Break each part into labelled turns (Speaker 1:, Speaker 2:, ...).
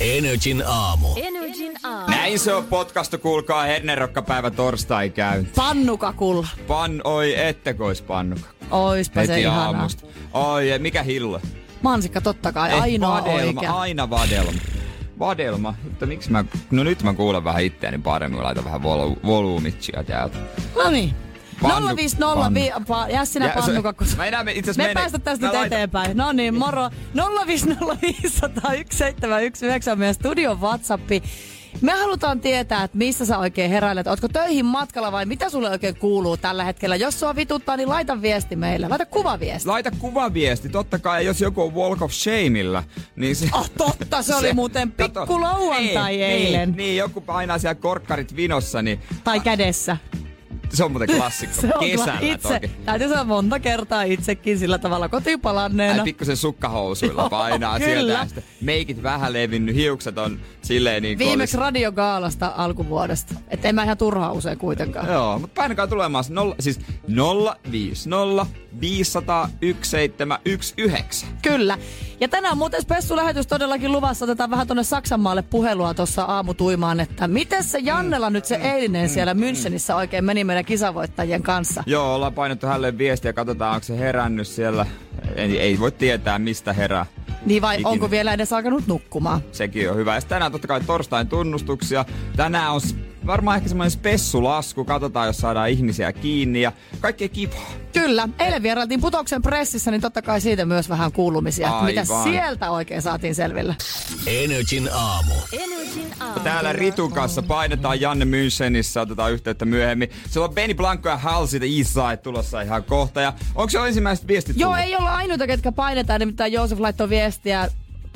Speaker 1: Energin aamu.
Speaker 2: Energin aamu.
Speaker 3: Näin se on podcastu, kuulkaa Hernerokkapäivä torstai käy.
Speaker 2: Pannukakulla.
Speaker 3: Pan, oi ettekö ois pannukka.
Speaker 2: Oispa se
Speaker 3: Heti
Speaker 2: ihanaa.
Speaker 3: aamusta. Oi, ja mikä hillo.
Speaker 2: Mansikka totta kai,
Speaker 3: Eh,
Speaker 2: ainoa
Speaker 3: vadelma,
Speaker 2: oikea.
Speaker 3: aina vadelma. Vadelma, mutta miksi mä, no nyt mä kuulen vähän itteeni paremmin, laitan vähän volu, volyymitsia täältä.
Speaker 2: No niin.
Speaker 3: Pannu-
Speaker 2: 050 vi- pa- jää sinä
Speaker 3: Ja se-
Speaker 2: pannukakku.
Speaker 3: Mä enää me- itse asiassa
Speaker 2: Me
Speaker 3: menen.
Speaker 2: päästä tästä
Speaker 3: Mä
Speaker 2: nyt
Speaker 3: laitan-
Speaker 2: eteenpäin. No niin, moro. 050501719 on meidän studion WhatsAppi. Me halutaan tietää, että missä sä oikein heräilet. Ootko töihin matkalla vai mitä sulle oikein kuuluu tällä hetkellä? Jos sua vituttaa, niin laita viesti meille. Laita kuvaviesti.
Speaker 3: Laita kuvaviesti, totta kai, ja jos joku on Walk of Shameilla, niin se...
Speaker 2: Oh, totta, se oli muuten
Speaker 3: Kato.
Speaker 2: pikku lauantai
Speaker 3: niin,
Speaker 2: eilen.
Speaker 3: Niin, niin, joku painaa siellä korkkarit vinossa, niin
Speaker 2: Tai kädessä.
Speaker 3: se on muuten klassikko. Kesällä
Speaker 2: kyllä itse,
Speaker 3: toki.
Speaker 2: täytyy sanoa monta kertaa itsekin sillä tavalla kotipalanneena.
Speaker 3: Ai pikkusen sukkahousuilla
Speaker 2: no. Joo,
Speaker 3: painaa
Speaker 2: kyllä.
Speaker 3: sieltä. ja sitten Meikit vähän levinnyt, hiukset on silleen niin kuin
Speaker 2: Viimeksi
Speaker 3: olisi-
Speaker 2: radiogaalasta alkuvuodesta. Että en mä ihan turhaa usein kuitenkaan.
Speaker 3: Joo, mutta painakaa tulemaan se nolla, siis 050 500 1719.
Speaker 2: Kyllä. Ja tänään muuten spessulähetys todellakin luvassa. Otetaan vähän tuonne Saksanmaalle puhelua tuossa aamutuimaan, että miten se Jannella nyt se eilinen siellä Münchenissä oikein meni meidän kisavoittajien kanssa.
Speaker 3: Joo, ollaan painettu hänelle viestiä, katsotaan onko se herännyt siellä. Ei, ei voi tietää mistä herää.
Speaker 2: Niin vai
Speaker 3: Ikinä.
Speaker 2: onko vielä edes alkanut nukkumaan?
Speaker 3: Sekin on hyvä. Ja sit tänään totta kai torstain tunnustuksia. Tänään on s- varmaan ehkä semmoinen spessulasku. Katsotaan, jos saadaan ihmisiä kiinni ja kaikkea kivaa.
Speaker 2: Kyllä. Eilen vierailtiin Putoksen pressissä, niin totta kai siitä myös vähän kuulumisia. että Mitä
Speaker 3: Aivan.
Speaker 2: sieltä oikein saatiin selville?
Speaker 1: Energin aamu.
Speaker 3: Täällä Ritun kanssa painetaan Janne Münchenissä, otetaan yhteyttä myöhemmin. Se on Benny Blanco ja Hal siitä Eastside tulossa ihan kohta. Ja onko se ensimmäiset viestit
Speaker 2: Joo,
Speaker 3: tullut?
Speaker 2: ei olla ainoita, ketkä painetaan. Nimittäin Joosef laittoi viestiä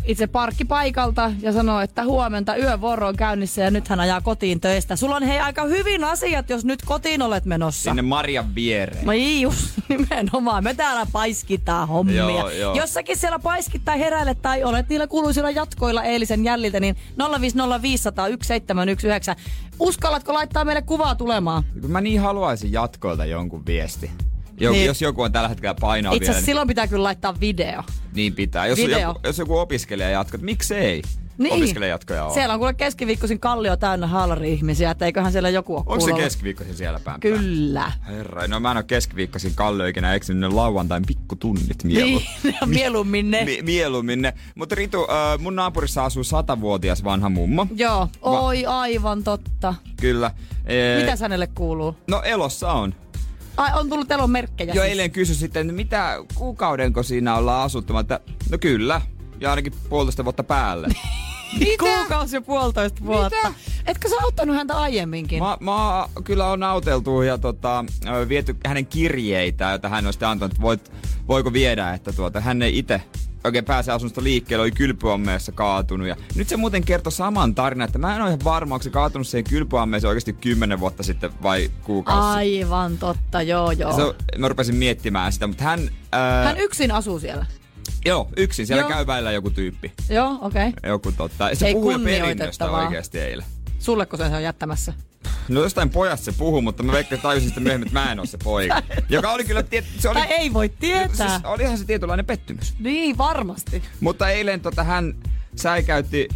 Speaker 2: itse parkkipaikalta ja sanoi, että huomenta yövuoro on käynnissä ja nyt hän ajaa kotiin töistä. Sulla on hei aika hyvin asiat, jos nyt kotiin olet menossa.
Speaker 3: Sinne Marian viereen.
Speaker 2: No ei just, nimenomaan. Me täällä paiskitaan hommia.
Speaker 3: Joo, joo.
Speaker 2: Jossakin siellä paiskittaa heräile tai olet niillä kuuluisilla jatkoilla eilisen jäljiltä, niin 050501719. Uskallatko laittaa meille kuvaa tulemaan?
Speaker 3: Kun Mä niin haluaisin jatkoilta jonkun viesti. Joku,
Speaker 2: Niin.
Speaker 3: Jos joku on tällä hetkellä painaa
Speaker 2: Itse
Speaker 3: vielä,
Speaker 2: asiassa silloin pitää kyllä laittaa video.
Speaker 3: niin, niin pitää. Jos,
Speaker 2: video. Niin.
Speaker 3: joku, jos joku opiskelija jatkaa, miksei? Opiskelijajatkoja on.
Speaker 2: Siellä on kuule keskiviikkoisin kallio täynnä haalari-ihmisiä, että eiköhän siellä joku ole
Speaker 3: Onko se
Speaker 2: kuulolla.
Speaker 3: keskiviikkoisin siellä päin?
Speaker 2: Kyllä.
Speaker 3: Herra, no mä en ole keskiviikkoisin Kalle ikinä eksynyt ne lauantain pikkutunnit mielu. Niin.
Speaker 2: Niin, mieluummin ne.
Speaker 3: Mi- mieluummin ne. Mutta Ritu, äh, mun naapurissa asuu satavuotias vanha mummo.
Speaker 2: Joo, oi aivan totta.
Speaker 3: Kyllä. Ee,
Speaker 2: Mitäs hänelle kuuluu?
Speaker 3: No elossa on.
Speaker 2: Ai, on tullut elon merkkejä.
Speaker 3: Jo
Speaker 2: siis.
Speaker 3: eilen kysy sitten, että mitä kuukaudenko siinä ollaan asuttamatta? No kyllä. Ja ainakin puolitoista vuotta päälle.
Speaker 2: Kuukausi ja puolitoista vuotta. Etkö sä auttanut häntä aiemminkin?
Speaker 3: Mä, mä kyllä on auteltu ja tota, ö, viety hänen kirjeitä, joita hän on sitten antanut, että voit, voiko viedä, että tuota, hän ei itse oikein pääse asunnosta liikkeelle, oli kylpyammeessa kaatunut. Ja nyt se muuten kertoi saman tarinan, että mä en ole ihan varma, onko se kaatunut siihen kylpyammeeseen oikeasti kymmenen vuotta sitten vai kuukausi.
Speaker 2: Aivan totta, joo joo.
Speaker 3: Se, on- mä rupesin miettimään sitä, mutta hän, ää,
Speaker 2: Hän yksin asuu siellä.
Speaker 3: joo, yksin, siellä
Speaker 2: Joo.
Speaker 3: joo. käy välillä joku tyyppi.
Speaker 2: Joo, okei. Okay.
Speaker 3: Joku totta. Se
Speaker 2: Ei
Speaker 3: puhui jo
Speaker 2: kunnioitettavaa.
Speaker 3: perinnöstä oikeasti eilen.
Speaker 2: Sulleko sen se on jättämässä?
Speaker 3: No jostain pojasta se puhuu, mutta mä veikkaan että tajusin sitten myöhemmin, että mä en ole se poika. Joka oli kyllä, tiet, se oli,
Speaker 2: Tai ei voi tietää.
Speaker 3: siis olihan se tietynlainen pettymys.
Speaker 2: Niin, varmasti.
Speaker 3: Mutta eilen tota, hän säikäytti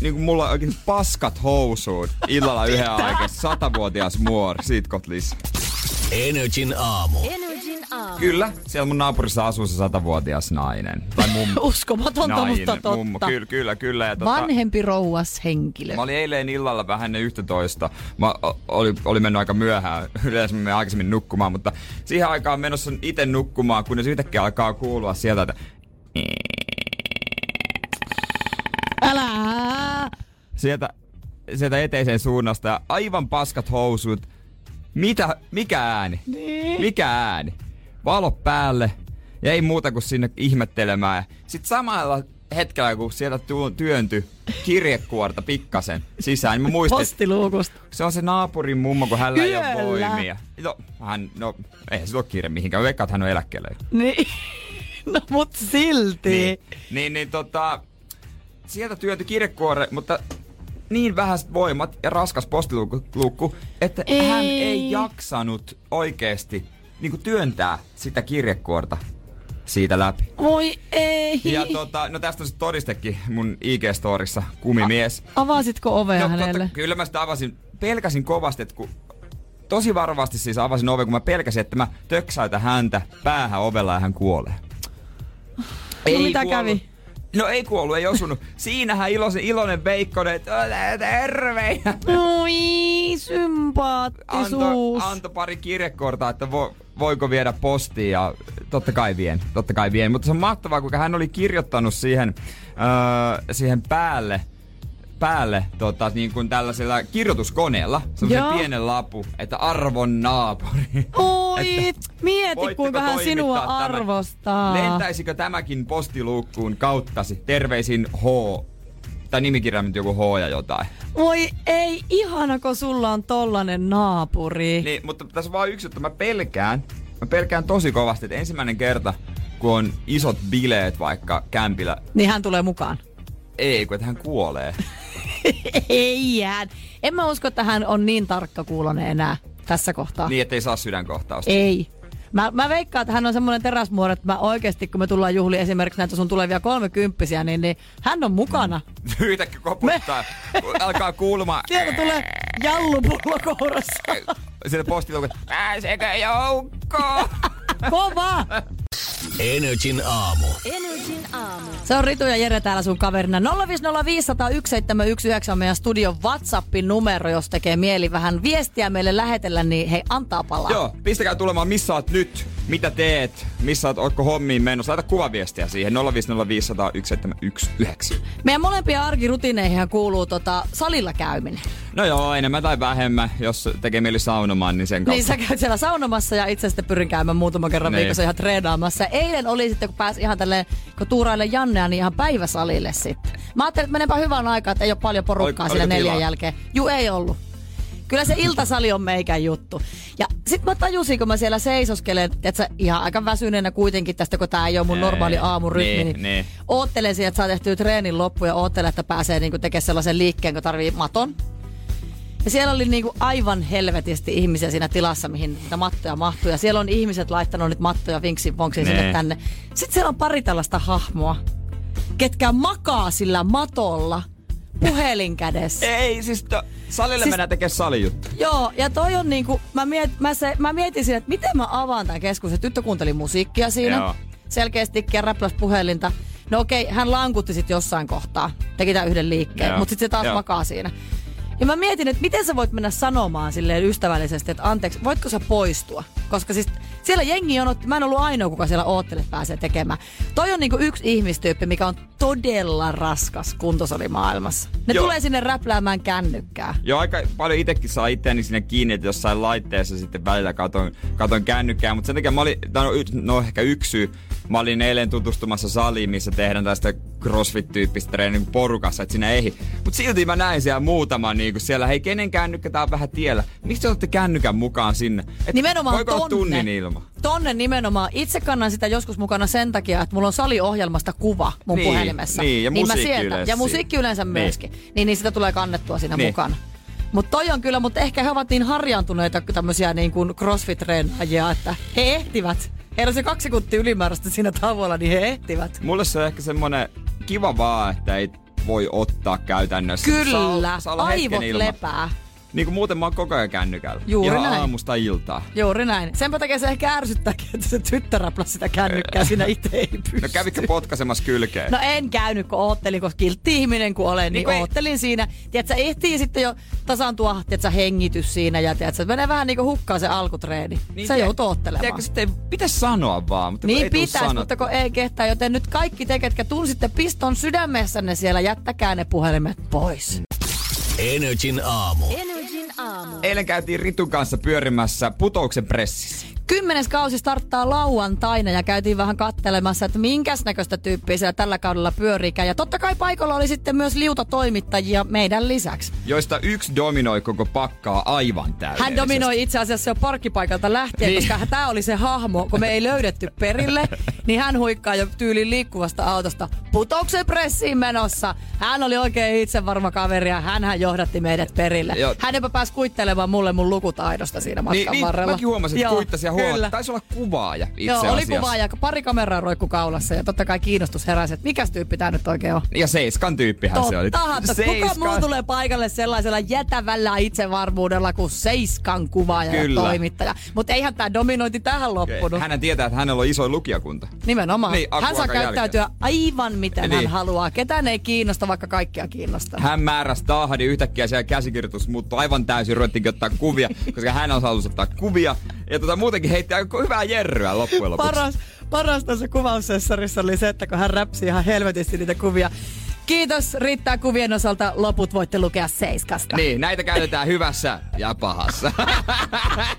Speaker 3: niin kuin mulla oikein paskat housuun illalla yhden aikaa. Satavuotias muori, siitä kot lisää.
Speaker 1: Energin aamu.
Speaker 3: Kyllä, siellä mun naapurissa asuu se satavuotias nainen. Tai mummo.
Speaker 2: Uskomatonta,
Speaker 3: nainen,
Speaker 2: mutta totta.
Speaker 3: Mummo. Kyllä, kyllä, kyllä. Ja tota,
Speaker 2: Vanhempi rouas henkilö.
Speaker 3: Mä olin eilen illalla vähän ennen 11. Mä o- oli, oli mennyt aika myöhään. Yleensä mä menen aikaisemmin nukkumaan, mutta siihen aikaan menossa itse nukkumaan, kunnes yhtäkkiä alkaa kuulua sieltä, että
Speaker 2: Älä!
Speaker 3: sieltä, sieltä eteisen suunnasta ja aivan paskat housut. Mitä, mikä ääni? Niin. Mikä ääni? Valo päälle ja ei muuta kuin sinne ihmettelemään. Sitten samalla hetkellä, kun sieltä tu- työntyi kirjekuorta pikkasen sisään, niin mä muistin, että
Speaker 2: Postiluukusta.
Speaker 3: se on se naapurin mummo, kun hänellä ei ole
Speaker 2: Yöllä.
Speaker 3: voimia. No, hän, no, eihän se ole kiire mihinkään. Veikkaat, hän on eläkkeellä. jo.
Speaker 2: Niin. No mut silti.
Speaker 3: Niin, niin, niin tota, sieltä työntyi kirjekuore, mutta niin vähäiset voimat ja raskas postiluukku, että ei. hän ei jaksanut oikeesti niin työntää sitä kirjekuorta siitä läpi.
Speaker 2: Voi ei.
Speaker 3: Ja tota, no tästä on se todistekin mun IG-storissa, kumimies.
Speaker 2: Avasitko ovea
Speaker 3: No,
Speaker 2: hänelle?
Speaker 3: totta, kyllä mä sitä avasin, pelkäsin kovasti, että kun tosi varovasti siis avasin oven, kun mä pelkäsin, että mä töksäytän häntä päähän ovella ja hän kuolee.
Speaker 2: No, mitä kävi?
Speaker 3: No ei kuollut, ei osunut. Siinähän iloinen, iloinen Veikkonen, että "Ole terve! Ja
Speaker 2: Oi,
Speaker 3: Antoi
Speaker 2: sympaattisuus.
Speaker 3: anto pari kirjekortaa, että vo, voiko viedä postia. Ja totta kai vien, totta kai vien. Mutta se on mahtavaa, kuinka hän oli kirjoittanut siihen, öö, siihen päälle päälle tota, niin kuin tällaisella kirjoituskoneella, semmoisen
Speaker 2: Joo.
Speaker 3: pienen lapu, että arvon naapuri.
Speaker 2: Oi,
Speaker 3: Että
Speaker 2: mieti
Speaker 3: voitteko
Speaker 2: kuinka hän
Speaker 3: toimittaa
Speaker 2: sinua
Speaker 3: tämän?
Speaker 2: arvostaa.
Speaker 3: Lentäisikö tämäkin postiluukkuun kauttasi? Terveisin H. Tai nimikirjaimet joku H ja jotain.
Speaker 2: Voi ei, ihana kun sulla on tollanen naapuri.
Speaker 3: Niin, mutta tässä on vaan yksi, että mä pelkään, mä pelkään tosi kovasti, että ensimmäinen kerta, kun on isot bileet vaikka kämpillä,
Speaker 2: Niin hän tulee mukaan.
Speaker 3: ei, kun että hän kuolee.
Speaker 2: Ei hän. En mä usko, että hän on niin tarkkakuulonen enää tässä kohtaa.
Speaker 3: Niin, ettei saa sydänkohtausta.
Speaker 2: Ah. Ei. Mä, mä veikkaan, että hän on semmoinen teräsmuori, että mä oikeasti, kun me tullaan juhliin esimerkiksi näitä sun tulevia kolmekymppisiä, niin, niin hän on mukana.
Speaker 3: Yhtäkkiä koputtaa, alkaa kuulumaan.
Speaker 2: Sieltä tulee jallupullo kourassa.
Speaker 3: Sieltä postiluukku, pääsekö joukkoon?
Speaker 2: Kova!
Speaker 1: Energin aamu.
Speaker 2: Se on Ritu ja Jere täällä sun kaverina. 050501719 on meidän studion WhatsApp-numero, jos tekee mieli vähän viestiä meille lähetellä, niin hei, antaa palaa.
Speaker 3: Joo, pistäkää tulemaan, missä oot nyt, mitä teet, missä oot, ootko hommiin menossa. Laita kuvaviestiä siihen 050501719.
Speaker 2: Meidän molempia arkirutiineihin kuuluu tota, salilla käyminen.
Speaker 3: No joo, enemmän tai vähemmän, jos tekee mieli saunomaan, niin sen kautta.
Speaker 2: Niin sä käyt siellä saunomassa ja itse sitten pyrin käymään muutaman kerran
Speaker 3: Niin.
Speaker 2: viikossa ihan treenaamassa. Eilen oli sitten, kun pääsi ihan tälleen, kun tuuraille Jannea, niin ihan päiväsalille sitten. Mä ajattelin, että menenpä hyvän aikaa, että ei ole paljon porukkaa
Speaker 3: Oli-
Speaker 2: siellä
Speaker 3: oliko
Speaker 2: neljän
Speaker 3: tilaa?
Speaker 2: jälkeen. Juu, ei ollut. Kyllä se iltasali on meikän juttu. Ja sit mä tajusin, kun mä siellä seisoskelen, että ihan aika väsyneenä kuitenkin tästä, kun tää ei ole mun
Speaker 3: Ei,
Speaker 2: normaali aamurytmi,
Speaker 3: niin,
Speaker 2: niin,
Speaker 3: niin.
Speaker 2: oottelen siihen, että saa tehtyä treenin loppu ja oottelen, että pääsee niinku tekemään sellaisen liikkeen, kun tarvii maton. Ja siellä oli niinku aivan helvetisti ihmisiä siinä tilassa, mihin niitä mattoja mahtuu. Ja siellä on ihmiset laittanut nyt mattoja vinksin vonksiin
Speaker 3: Nee.
Speaker 2: sinne tänne. Sitten siellä on pari tällaista hahmoa, ketkä makaa sillä matolla puhelin kädessä.
Speaker 3: Ei, siis to, salille
Speaker 2: Siis-
Speaker 3: siis... mennään tekemään salijuttu.
Speaker 2: Joo, ja toi on niinku, mä, miet, mä, se, mä mietin siinä, että miten mä avaan tämän keskustelun. Tyttö kuunteli musiikkia siinä. Joo.
Speaker 3: Joo.
Speaker 2: Selkeästi räpläs puhelinta. No okei, hän lankutti sitten jossain kohtaa. Teki tämän yhden liikkeen,
Speaker 3: Joo.
Speaker 2: mutta sitten se taas Joo.
Speaker 3: Joo.
Speaker 2: makaa siinä. Ja mä mietin, että miten sä voit mennä sanomaan silleen ystävällisesti, että anteeksi, voitko sä poistua? Koska siis siellä jengi on, mä en ollut ainoa, kuka siellä oottele pääsee tekemään. Toi on niinku yksi ihmistyyppi, mikä on todella raskas kuntosalimaailmassa. Ne
Speaker 3: Joo.
Speaker 2: tulee sinne räpläämään kännykkää.
Speaker 3: Joo, aika paljon itekin saa itseäni sinne kiinni, että jossain laitteessa sitten välillä katon, katon kännykkää. Mutta sen takia mä olin, tää on, y- no ehkä yksi syy, mä olin eilen tutustumassa saliin, missä tehdään tästä crossfit-tyyppistä treeniä niin porukassa, että sinä ei. Mutta silti mä näin siellä muutaman niin siellä, hei kenen kännykkä tää on vähän tiellä. Miksi te otatte kännykän mukaan sinne? Et
Speaker 2: Nimenomaan
Speaker 3: voiko
Speaker 2: tonne.
Speaker 3: olla tunnin ilma?
Speaker 2: Tonne nimenomaan. Itse kannan sitä joskus mukana sen takia, että mulla on saliohjelmasta kuva mun
Speaker 3: Niin,
Speaker 2: puhelimessa.
Speaker 3: niin, ja
Speaker 2: mä
Speaker 3: musiikki
Speaker 2: sieltä,
Speaker 3: yleensä
Speaker 2: Ja musiikki
Speaker 3: siinä.
Speaker 2: yleensä
Speaker 3: Niin.
Speaker 2: myöskin. Niin, niin sitä tulee kannettua siinä
Speaker 3: Niin.
Speaker 2: mukana. Mutta toi on kyllä, mutta ehkä he ovat niin harjaantuneita tämmöisiä niin kuin crossfit-treenaajia, että he ehtivät. Heillä on se kaksi sekuntia ylimääräistä siinä tavoilla, niin he ehtivät.
Speaker 3: Mulle se on ehkä semmonen kiva vaan, että ei voi ottaa käytännössä. Saa
Speaker 2: Kyllä,
Speaker 3: olla- saa olla hetken
Speaker 2: aivot
Speaker 3: ilma.
Speaker 2: lepää.
Speaker 3: Niin kuin muuten mä oon koko ajan kännykällä.
Speaker 2: Juuri
Speaker 3: Ihan
Speaker 2: näin.
Speaker 3: aamusta No iltaa.
Speaker 2: Juuri näin. Senpä takia se ehkä ärsyttääkin, että se tyttö räpläsi sitä kännykkää, siinä itse ei pysty.
Speaker 3: No kävikö potkasemassa kylkeen?
Speaker 2: No en käynyt, kun oottelin, koska kiltti ihminen kun olen, niin,
Speaker 3: kun
Speaker 2: niin
Speaker 3: ei-
Speaker 2: oottelin siinä. Tiedätkö, ehtii sitten jo tasaantua, tiedätkö, hengitys siinä ja tiedätkö, menee vähän niin kuin hukkaan se alkutreeni. Niin, se
Speaker 3: tie-
Speaker 2: joutuu oottelemaan.
Speaker 3: Tiedätkö, sitten pitäisi sanoa vaan, mutta kun
Speaker 2: Niin
Speaker 3: ei tuu
Speaker 2: pitäisi,
Speaker 3: sanottua.
Speaker 2: mutta kun ei kehtää, joten nyt kaikki te, ketkä tunsitte piston sydämessänne siellä, jättäkää ne puhelimet pois.
Speaker 1: Energin aamu.
Speaker 2: Eh,
Speaker 3: Eilen käytiin Ritun kanssa pyörimässä putouksen pressissä.
Speaker 2: Kymmenes kausi starttaa lauantaina ja käytiin vähän kattelemassa, että minkäs näköistä tyyppiä siellä tällä kaudella pyörikään. Ja totta kai paikalla oli sitten myös liuta toimittajia meidän lisäksi.
Speaker 3: joista yksi dominoi koko pakkaa aivan täydellisesti.
Speaker 2: Hän dominoi itse asiassa jo parkkipaikalta lähtien,
Speaker 3: Niin.
Speaker 2: niin. koska tämä oli se hahmo, kun me ei löydetty perille, niin hän huikkaa jo tyyliin liikkuvasta autosta. Putouksen pressiin menossa. Hän oli oikein itse varma kaveri ja hänhän johdatti meidät perille.
Speaker 3: Joo.
Speaker 2: Joo. Hän jopa pääsi kuittelemaan mulle mun lukutaidosta siinä matkan
Speaker 3: Niin, niin
Speaker 2: varrella.
Speaker 3: mäkin huomasin, että
Speaker 2: Joo,
Speaker 3: kuittasi ja huomasin.
Speaker 2: kyllä.
Speaker 3: Taisi olla kuvaaja itse
Speaker 2: Joo, oli
Speaker 3: asiassa.
Speaker 2: kuva ja pari kameraa roikku kaulassa ja totta kai kiinnostus heräsi, että mikäs tyyppi tää nyt oikein on.
Speaker 3: Ja Seiskan tyyppihän se oli.
Speaker 2: Tottahan, totta. kuka muu
Speaker 3: Seiskan-
Speaker 2: tulee paikalle sellaisella jätävällä itsevarmuudella kuin Seiskan kuvaaja
Speaker 3: Kyllä.
Speaker 2: ja toimittaja. Mutta eihän tämä dominointi tähän loppunut. Hän...
Speaker 3: Hän tietää, että hänellä on iso lukijakunta.
Speaker 2: Nimenomaan.
Speaker 3: Niin,
Speaker 2: hän saa
Speaker 3: Akuakan
Speaker 2: käyttäytyä aivan miten
Speaker 3: Niin.
Speaker 2: hän haluaa. Ketään ei kiinnosta, vaikka kaikkia kiinnostaa.
Speaker 3: Hän määräsi tahdin yhtäkkiä siellä käsikirjoitus, mutta aivan täysin ruvettiinkin ottaa kuvia, koska hän on halunnut ottaa kuvia. Ja tota, muutenkin heitti aika hyvää jerryä loppujen lopuksi.
Speaker 2: Paras, paras tässä kuvaussessarissa oli se, että kun hän räpsi ihan helvetisti niitä kuvia. Kiitos, riittää kuvien osalta. Loput voitte lukea Seiskasta.
Speaker 3: Niin, näitä käytetään hyvässä ja pahassa.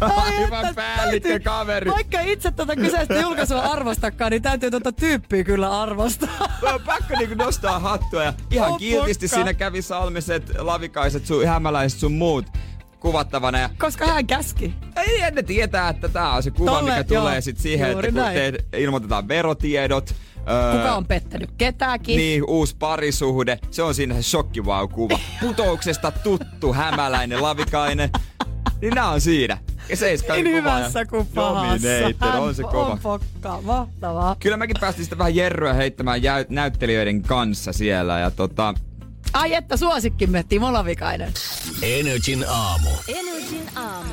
Speaker 2: Ai
Speaker 3: Hyvä
Speaker 2: että,
Speaker 3: päällikkö,
Speaker 2: täytyy-
Speaker 3: kaveri.
Speaker 2: Vaikka itse tätä kyseistä julkaisua arvostakaan, niin täytyy tuota tyyppiä kyllä arvostaa.
Speaker 3: Mä on pakko niinku nostaa hattua ja ihan
Speaker 2: On
Speaker 3: kiltisti
Speaker 2: pakko.
Speaker 3: siinä kävi salmiset, lavikaiset, sun, hämäläiset sun muut kuvattavana. Ja
Speaker 2: Koska hän käski.
Speaker 3: ei ne tietää, että tää on se kuva,
Speaker 2: Tolle,
Speaker 3: mikä tulee
Speaker 2: joo.
Speaker 3: sit siihen,
Speaker 2: Juuri
Speaker 3: että kun
Speaker 2: näin.
Speaker 3: te ilmoitetaan verotiedot. öö,
Speaker 2: Kuka on pettänyt ketäänkin.
Speaker 3: Niin, uusi parisuhde. Se on siinä se shokkivau-kuva. Putouksesta tuttu hämäläinen lavikainen. Niin nää on siinä. Ja seiska
Speaker 2: niin hyvässä kuin pahassa.
Speaker 3: Dominator, on se
Speaker 2: Hän
Speaker 3: kova.
Speaker 2: On pokkaa, mahtavaa.
Speaker 3: Kyllä mäkin päästiin sitä vähän jerryä heittämään jäy- näyttelijöiden kanssa siellä. Ja tota,
Speaker 2: Ai että suosikkimme Timo Lavikainen.
Speaker 1: Energin aamu.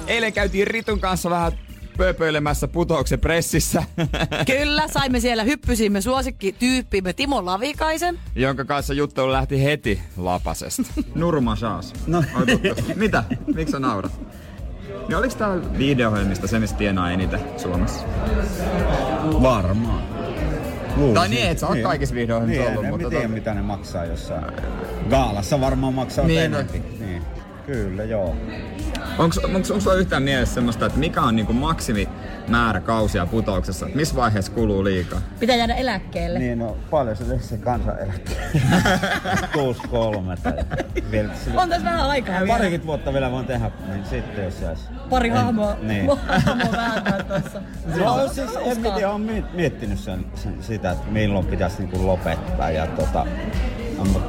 Speaker 3: eilen käytiin Ritun kanssa vähän pöpöilemässä putouksen pressissä,
Speaker 2: Kyllä, saimme siellä, hyppysimme suosikkityyppimme Timo Lavikaisen.
Speaker 3: jonka kanssa juttelu lähti heti lapasesta. Nurma saas. No. Mitä? Miksi sä naurat? Niin oliks tää videohjelmista se, missä tienaa eniten Suomessa?
Speaker 4: Varmaan. Luulisin.
Speaker 3: Tai niin, et sä oot kaikissa videoihin
Speaker 4: niin,
Speaker 3: ollut,
Speaker 4: en
Speaker 3: mutta
Speaker 4: mutta... tiedä,
Speaker 3: tota-
Speaker 4: mitä ne maksaa jossain. Gaalassa varmaan maksaa
Speaker 3: Niin,
Speaker 4: niin, enempi. Niin. Kyllä, joo.
Speaker 3: Onko onks, onks sulla yhtään mielessä semmoista, että mikä on niinku maksimimäärä kausia putouksessa? Et Missä vaiheessa kuluu liikaa?
Speaker 2: Pitää jäädä eläkkeelle.
Speaker 4: Niin, no paljon se teki se kansaneläke. 63 tai vielä. sillä-
Speaker 2: On tässä vähän aikaa
Speaker 4: Parikymmentä vuotta vielä voin tehdä, niin sitten jos jäisi.
Speaker 2: Pari
Speaker 4: En- Niin.
Speaker 2: hahmoa vääntää tuossa.
Speaker 4: No, siis, en mä tiedä, olen miet- miettinyt sen, sen, sitä, että milloin pitäisi niinku lopettaa. Ja tota, amma,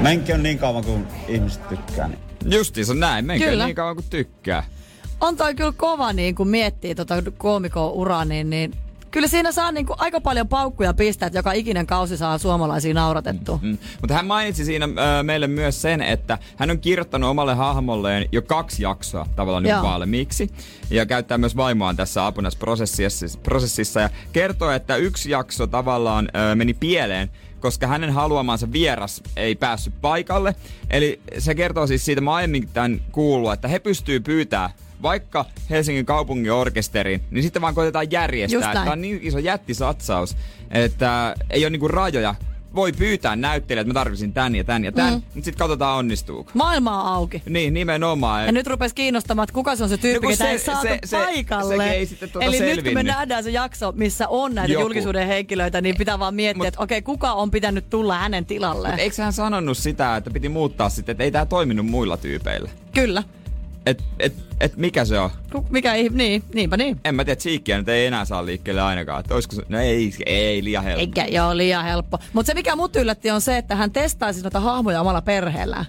Speaker 4: menki on niin kauan kuin ihmiset tykkää. Niin.
Speaker 3: Justiinsa näin, menkää
Speaker 2: Kyllä.
Speaker 3: niin kauan kuin tykkää.
Speaker 2: On toi kyllä kova, niin kun miettii tota koomikon uraa, niin, niin kyllä siinä saa niin kuin aika paljon paukkuja pistää, että joka ikinen kausi saa suomalaisia nauratettua.
Speaker 3: Mm. Mutta hän mainitsi siinä ö, meille myös sen, että hän on kirjoittanut omalle hahmolleen jo kaksi jaksoa tavallaan nyt
Speaker 2: Joo.
Speaker 3: valmiiksi. Ja käyttää myös vaimoaan tässä apuna tässä prosessissa- prosessissa. Ja kertoo, että yksi jakso tavallaan ö, meni pieleen, koska hänen haluamansa vieras ei päässyt paikalle. Eli se kertoo siis siitä, mä oon aiemmin tämän kuullut, että he pystyy pyytää vaikka Helsingin kaupungin orkesteriin, niin sitten vaan koitetaan järjestää.
Speaker 2: Just
Speaker 3: että
Speaker 2: näin.
Speaker 3: tää on niin iso jättisatsaus, että ei ole niinku rajoja. Voi pyytää näyttelijät, että mä tarvisin tän ja tän ja tän, mm. mutta sitten katsotaan onnistuuko.
Speaker 2: Maailma on auki.
Speaker 3: Niin, nimenomaan.
Speaker 2: Ja nyt rupesi kiinnostamaan, että kuka se on se tyyppi,
Speaker 3: No kun
Speaker 2: no, ketä
Speaker 3: se-
Speaker 2: ei saatu
Speaker 3: se- se-
Speaker 2: paikalle.
Speaker 3: sekin ei sitten tuota
Speaker 2: Eli nyt kun me
Speaker 3: selvinnyt.
Speaker 2: nähdään se jakso, missä on näitä
Speaker 3: Joku.
Speaker 2: julkisuuden henkilöitä, niin pitää vaan miettiä,
Speaker 3: Mut-
Speaker 2: että okei, kuka on pitänyt tulla hänen tilalleen.
Speaker 3: Mut eikö hän sanonut sitä, että piti muuttaa sitten, että ei tää toiminut muilla tyypeillä?
Speaker 2: Kyllä.
Speaker 3: Et, et, et mikä se on?
Speaker 2: Ku- Mikä ei, niin, niinpä niin.
Speaker 3: En mä tiedä, Tsiikkiä nyt ei enää saa liikkeelle ainakaan. Että olisiko se, no ei, ei liian helppo.
Speaker 2: Eikä, joo, liian helppo. Mutta se mikä mut yllätti on se, että hän testaisi noita hahmoja omalla perheellään.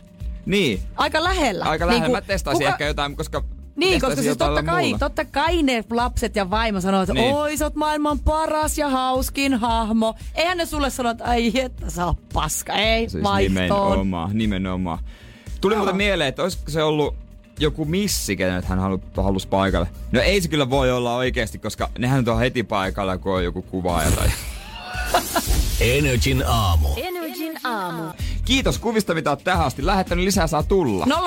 Speaker 3: Niin,
Speaker 2: Aika lähellä.
Speaker 3: aika
Speaker 2: Niin
Speaker 3: lähellä.
Speaker 2: kun-
Speaker 3: mä testaisin
Speaker 2: kuka-
Speaker 3: ehkä jotain, koska...
Speaker 2: Niin, koska
Speaker 3: testaisin
Speaker 2: siis
Speaker 3: jotain
Speaker 2: totta kai,
Speaker 3: muulla.
Speaker 2: totta kai ne lapset ja vaimo sanoo, että
Speaker 3: Niin.
Speaker 2: niin. oi, sä oot maailman paras ja hauskin hahmo. Eihän ne sulle sano, että ai että sä oot paska, ei, siis vaihtoon. Ah.
Speaker 3: nimenomaan, nimenomaan. Tuli muuten mieleen, että olisiko se ollut joku missi, kenet hän halu, halusi paikalle. No ei se kyllä voi olla oikeasti, koska nehän nyt on heti paikalla, kun on joku kuvaaja tai...
Speaker 1: Energin aamu.
Speaker 3: Kiitos kuvista, mitä oot tähän asti lähettänyt. Lisää saa tulla.
Speaker 2: No, 050501719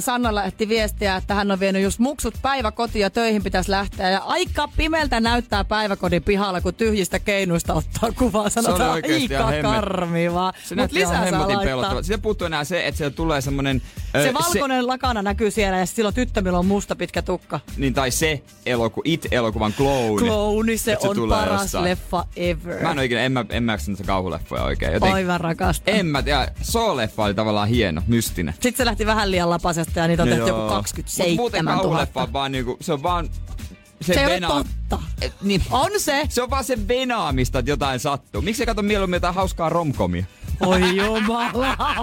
Speaker 2: Sanna lähti viestiä, että hän on vienyt just muksut päiväkotiin ja töihin pitäisi lähteä. Ja aika pimeltä näyttää päiväkodin pihalla, kun tyhjistä keinuista ottaa kuvaa.
Speaker 3: Se oli
Speaker 2: Sanotaan,
Speaker 3: oikeesti ihan
Speaker 2: aika
Speaker 3: hemmet-
Speaker 2: karmivaa.
Speaker 3: Se
Speaker 2: Mut
Speaker 3: näytti ihan
Speaker 2: lisää saa
Speaker 3: hemmetin
Speaker 2: laittaa.
Speaker 3: pelottavalta. Siitä puuttuu enää se, että sieltä tulee semmonen Ö,
Speaker 2: Se
Speaker 3: se-
Speaker 2: valkoinen se... lakana näkyy siellä ja sit silloin tyttömillä on musta pitkä tukka.
Speaker 3: Niin tai se eloku, it-elokuvan Clowni.
Speaker 2: Klouni, se
Speaker 3: Että
Speaker 2: on
Speaker 3: tulee
Speaker 2: paras
Speaker 3: jostain.
Speaker 2: leffa ever.
Speaker 3: Mä en oo ikinä, en mä, en mä jaksa niitä kauhuleffoja oikein. Joten,
Speaker 2: Aivan rakasta.
Speaker 3: En mä tiedä, Soul-leffa oli tavallaan hieno, mystinen.
Speaker 2: Sitten se lähti vähän liian lapasesta ja niitä on tehty joku
Speaker 3: Joo.
Speaker 2: 27
Speaker 3: Mut muuten
Speaker 2: 000.
Speaker 3: kauhuleffa on vaan niinku, se on vaan... Se,
Speaker 2: Se ei ole
Speaker 3: venaa-
Speaker 2: totta.
Speaker 3: Et, niin,
Speaker 2: On se!
Speaker 3: se on vaan se venaamista, että jotain sattuu. Miksi sä katso mieluummin jotain hauskaa romkomia?
Speaker 2: Oi jumala.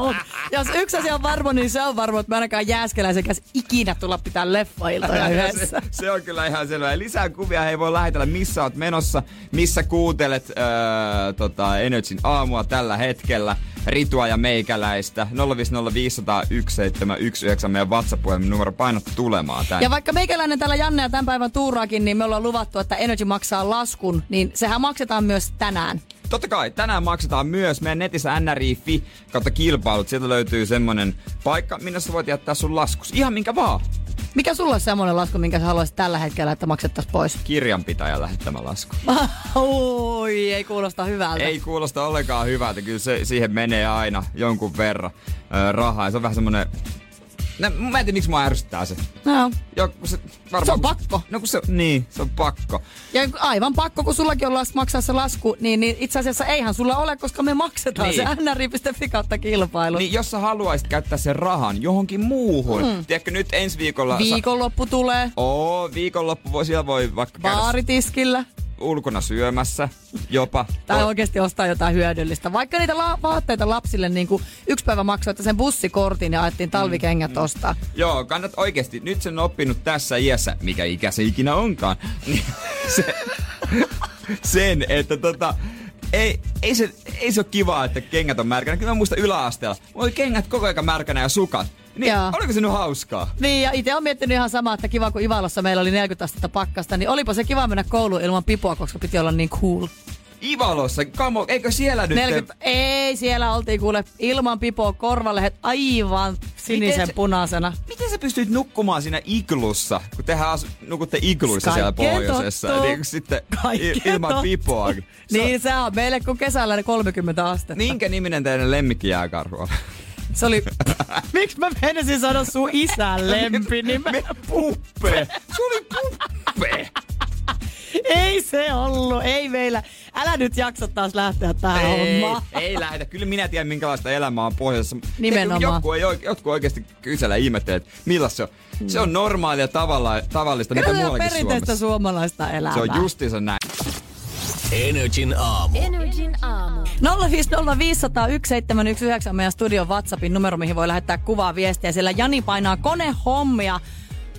Speaker 2: Jos yksi asia on varma, niin se on varma, että mä ainakaan jääskeläisen kanssa ikinä tulla pitää leffailtoja
Speaker 3: se,
Speaker 2: yhdessä.
Speaker 3: se on kyllä ihan selvä. Ja Lisää kuvia he voi lähetellä, missä oot menossa, missä kuuntelet öö, tota, Energyn aamua tällä hetkellä. Ritua ja meikäläistä. 050501719 meidän WhatsApp-puhelimen numero painat tulemaan tänne.
Speaker 2: Ja vaikka meikäläinen täällä Janne ja tämän päivän tuuraakin, niin me ollaan luvattu, että Energy maksaa laskun, niin sehän maksetaan myös tänään.
Speaker 3: Totta kai, tänään maksetaan myös meidän netissä nri.fi kautta kilpailut. Sieltä löytyy semmonen paikka, minne sä voit jättää sun laskus. Ihan minkä vaan.
Speaker 2: Mikä sulla on semmoinen lasku, minkä sä haluaisit tällä hetkellä, että maksettaisiin pois?
Speaker 3: Kirjanpitäjä lähettämä lasku.
Speaker 2: Oi, ei kuulosta hyvältä.
Speaker 3: Ei kuulosta ollenkaan hyvältä, kyllä se, siihen menee aina jonkun verran ö, rahaa. Ja se on vähän semmonen... No, mä en tiedä, miksi mä ärsyttää se.
Speaker 2: No.
Speaker 3: Jo, kun se, varmaan,
Speaker 2: Se on
Speaker 3: kun
Speaker 2: pakko.
Speaker 3: No kun se, niin, se on pakko.
Speaker 2: Ja aivan pakko, kun sullakin on las- maksaa se lasku, niin, niin itse asiassa eihän sulla ole, koska me maksetaan
Speaker 3: Niin.
Speaker 2: niin. se nri.fi kautta kilpailu.
Speaker 3: Niin, jos sä haluaisit käyttää sen rahan johonkin muuhun, mm. tiedätkö nyt ensi viikolla... Sä,
Speaker 2: Viikonloppu tulee,
Speaker 3: Oo, viikonloppu voi, siellä voi vaikka käydä
Speaker 2: baaritiskillä.
Speaker 3: ulkona syömässä jopa.
Speaker 2: Tai
Speaker 3: Voi-
Speaker 2: oikeasti ostaa jotain hyödyllistä. Vaikka niitä la- vaatteita lapsille niin kuin yksi päivä maksoi, että sen bussikortin ja ajettiin talvikengät mm. ostaa.
Speaker 3: Joo, kannat oikeesti. Nyt sen on oppinut tässä iässä, mikä ikä se ikinä onkaan, niin se, sen, että tota, ei, ei, se, ei se ole kivaa, että kengät on märkänä. Kyllä mä muistan yläasteella. Mulla oli kengät koko ajan märkänä ja sukat. Niin,
Speaker 2: Joo.
Speaker 3: oliko se nyt hauskaa?
Speaker 2: Niin, ja itse olen miettinyt ihan samaa, että kiva kun Ivalossa meillä oli 40 astetta pakkasta, niin olipa se kiva mennä kouluun ilman pipoa, koska piti olla niin cool.
Speaker 3: Ivalossa, kamo, eikö siellä nyt...
Speaker 2: 40, ei, siellä oltiin kuule ilman pipoa korvalehet aivan sinisen
Speaker 3: Miten se-
Speaker 2: punaisena.
Speaker 3: Miten sä pystyt nukkumaan siinä iglussa, kun tehän asu, nukutte igluissa siellä
Speaker 2: Kaikkeen
Speaker 3: pohjoisessa?
Speaker 2: tottuu.
Speaker 3: Niin, sitten
Speaker 2: Kaikkeen
Speaker 3: i- ilman
Speaker 2: tottuu.
Speaker 3: pipoakin. Se on-
Speaker 2: Niin se on meille kun kesällä ne 30 astetta.
Speaker 3: Minkä niminen teidän lemmikkijääkarhu on?
Speaker 2: Se oli... Miksi mä menisin sanoa sun isän Niin lempinimen?
Speaker 3: Niin, Me puppe. Se oli puppe.
Speaker 2: Ei se ollut, ei meillä. Älä nyt jaksa taas lähteä tähän
Speaker 3: ei,
Speaker 2: hommaan.
Speaker 3: ei lähetä. Kyllä minä tiedän, minkälaista elämää on pohjassa.
Speaker 2: Nimenomaan.
Speaker 3: Jotkut, ei, oike- jotkut oikeasti kysellä ihmettelee, että millaista se on. Se on normaalia tavalla, tavallista, mitä
Speaker 2: Katsotaan
Speaker 3: muuallakin
Speaker 2: perinteistä
Speaker 3: Suomessa.
Speaker 2: suomalaista elämää.
Speaker 3: Se on justiinsa näin.
Speaker 1: Energin aamu.
Speaker 2: 050501719 on meidän studion WhatsAppin numero, mihin voi lähettää kuvaa viestiä. Siellä Jani painaa konehommia.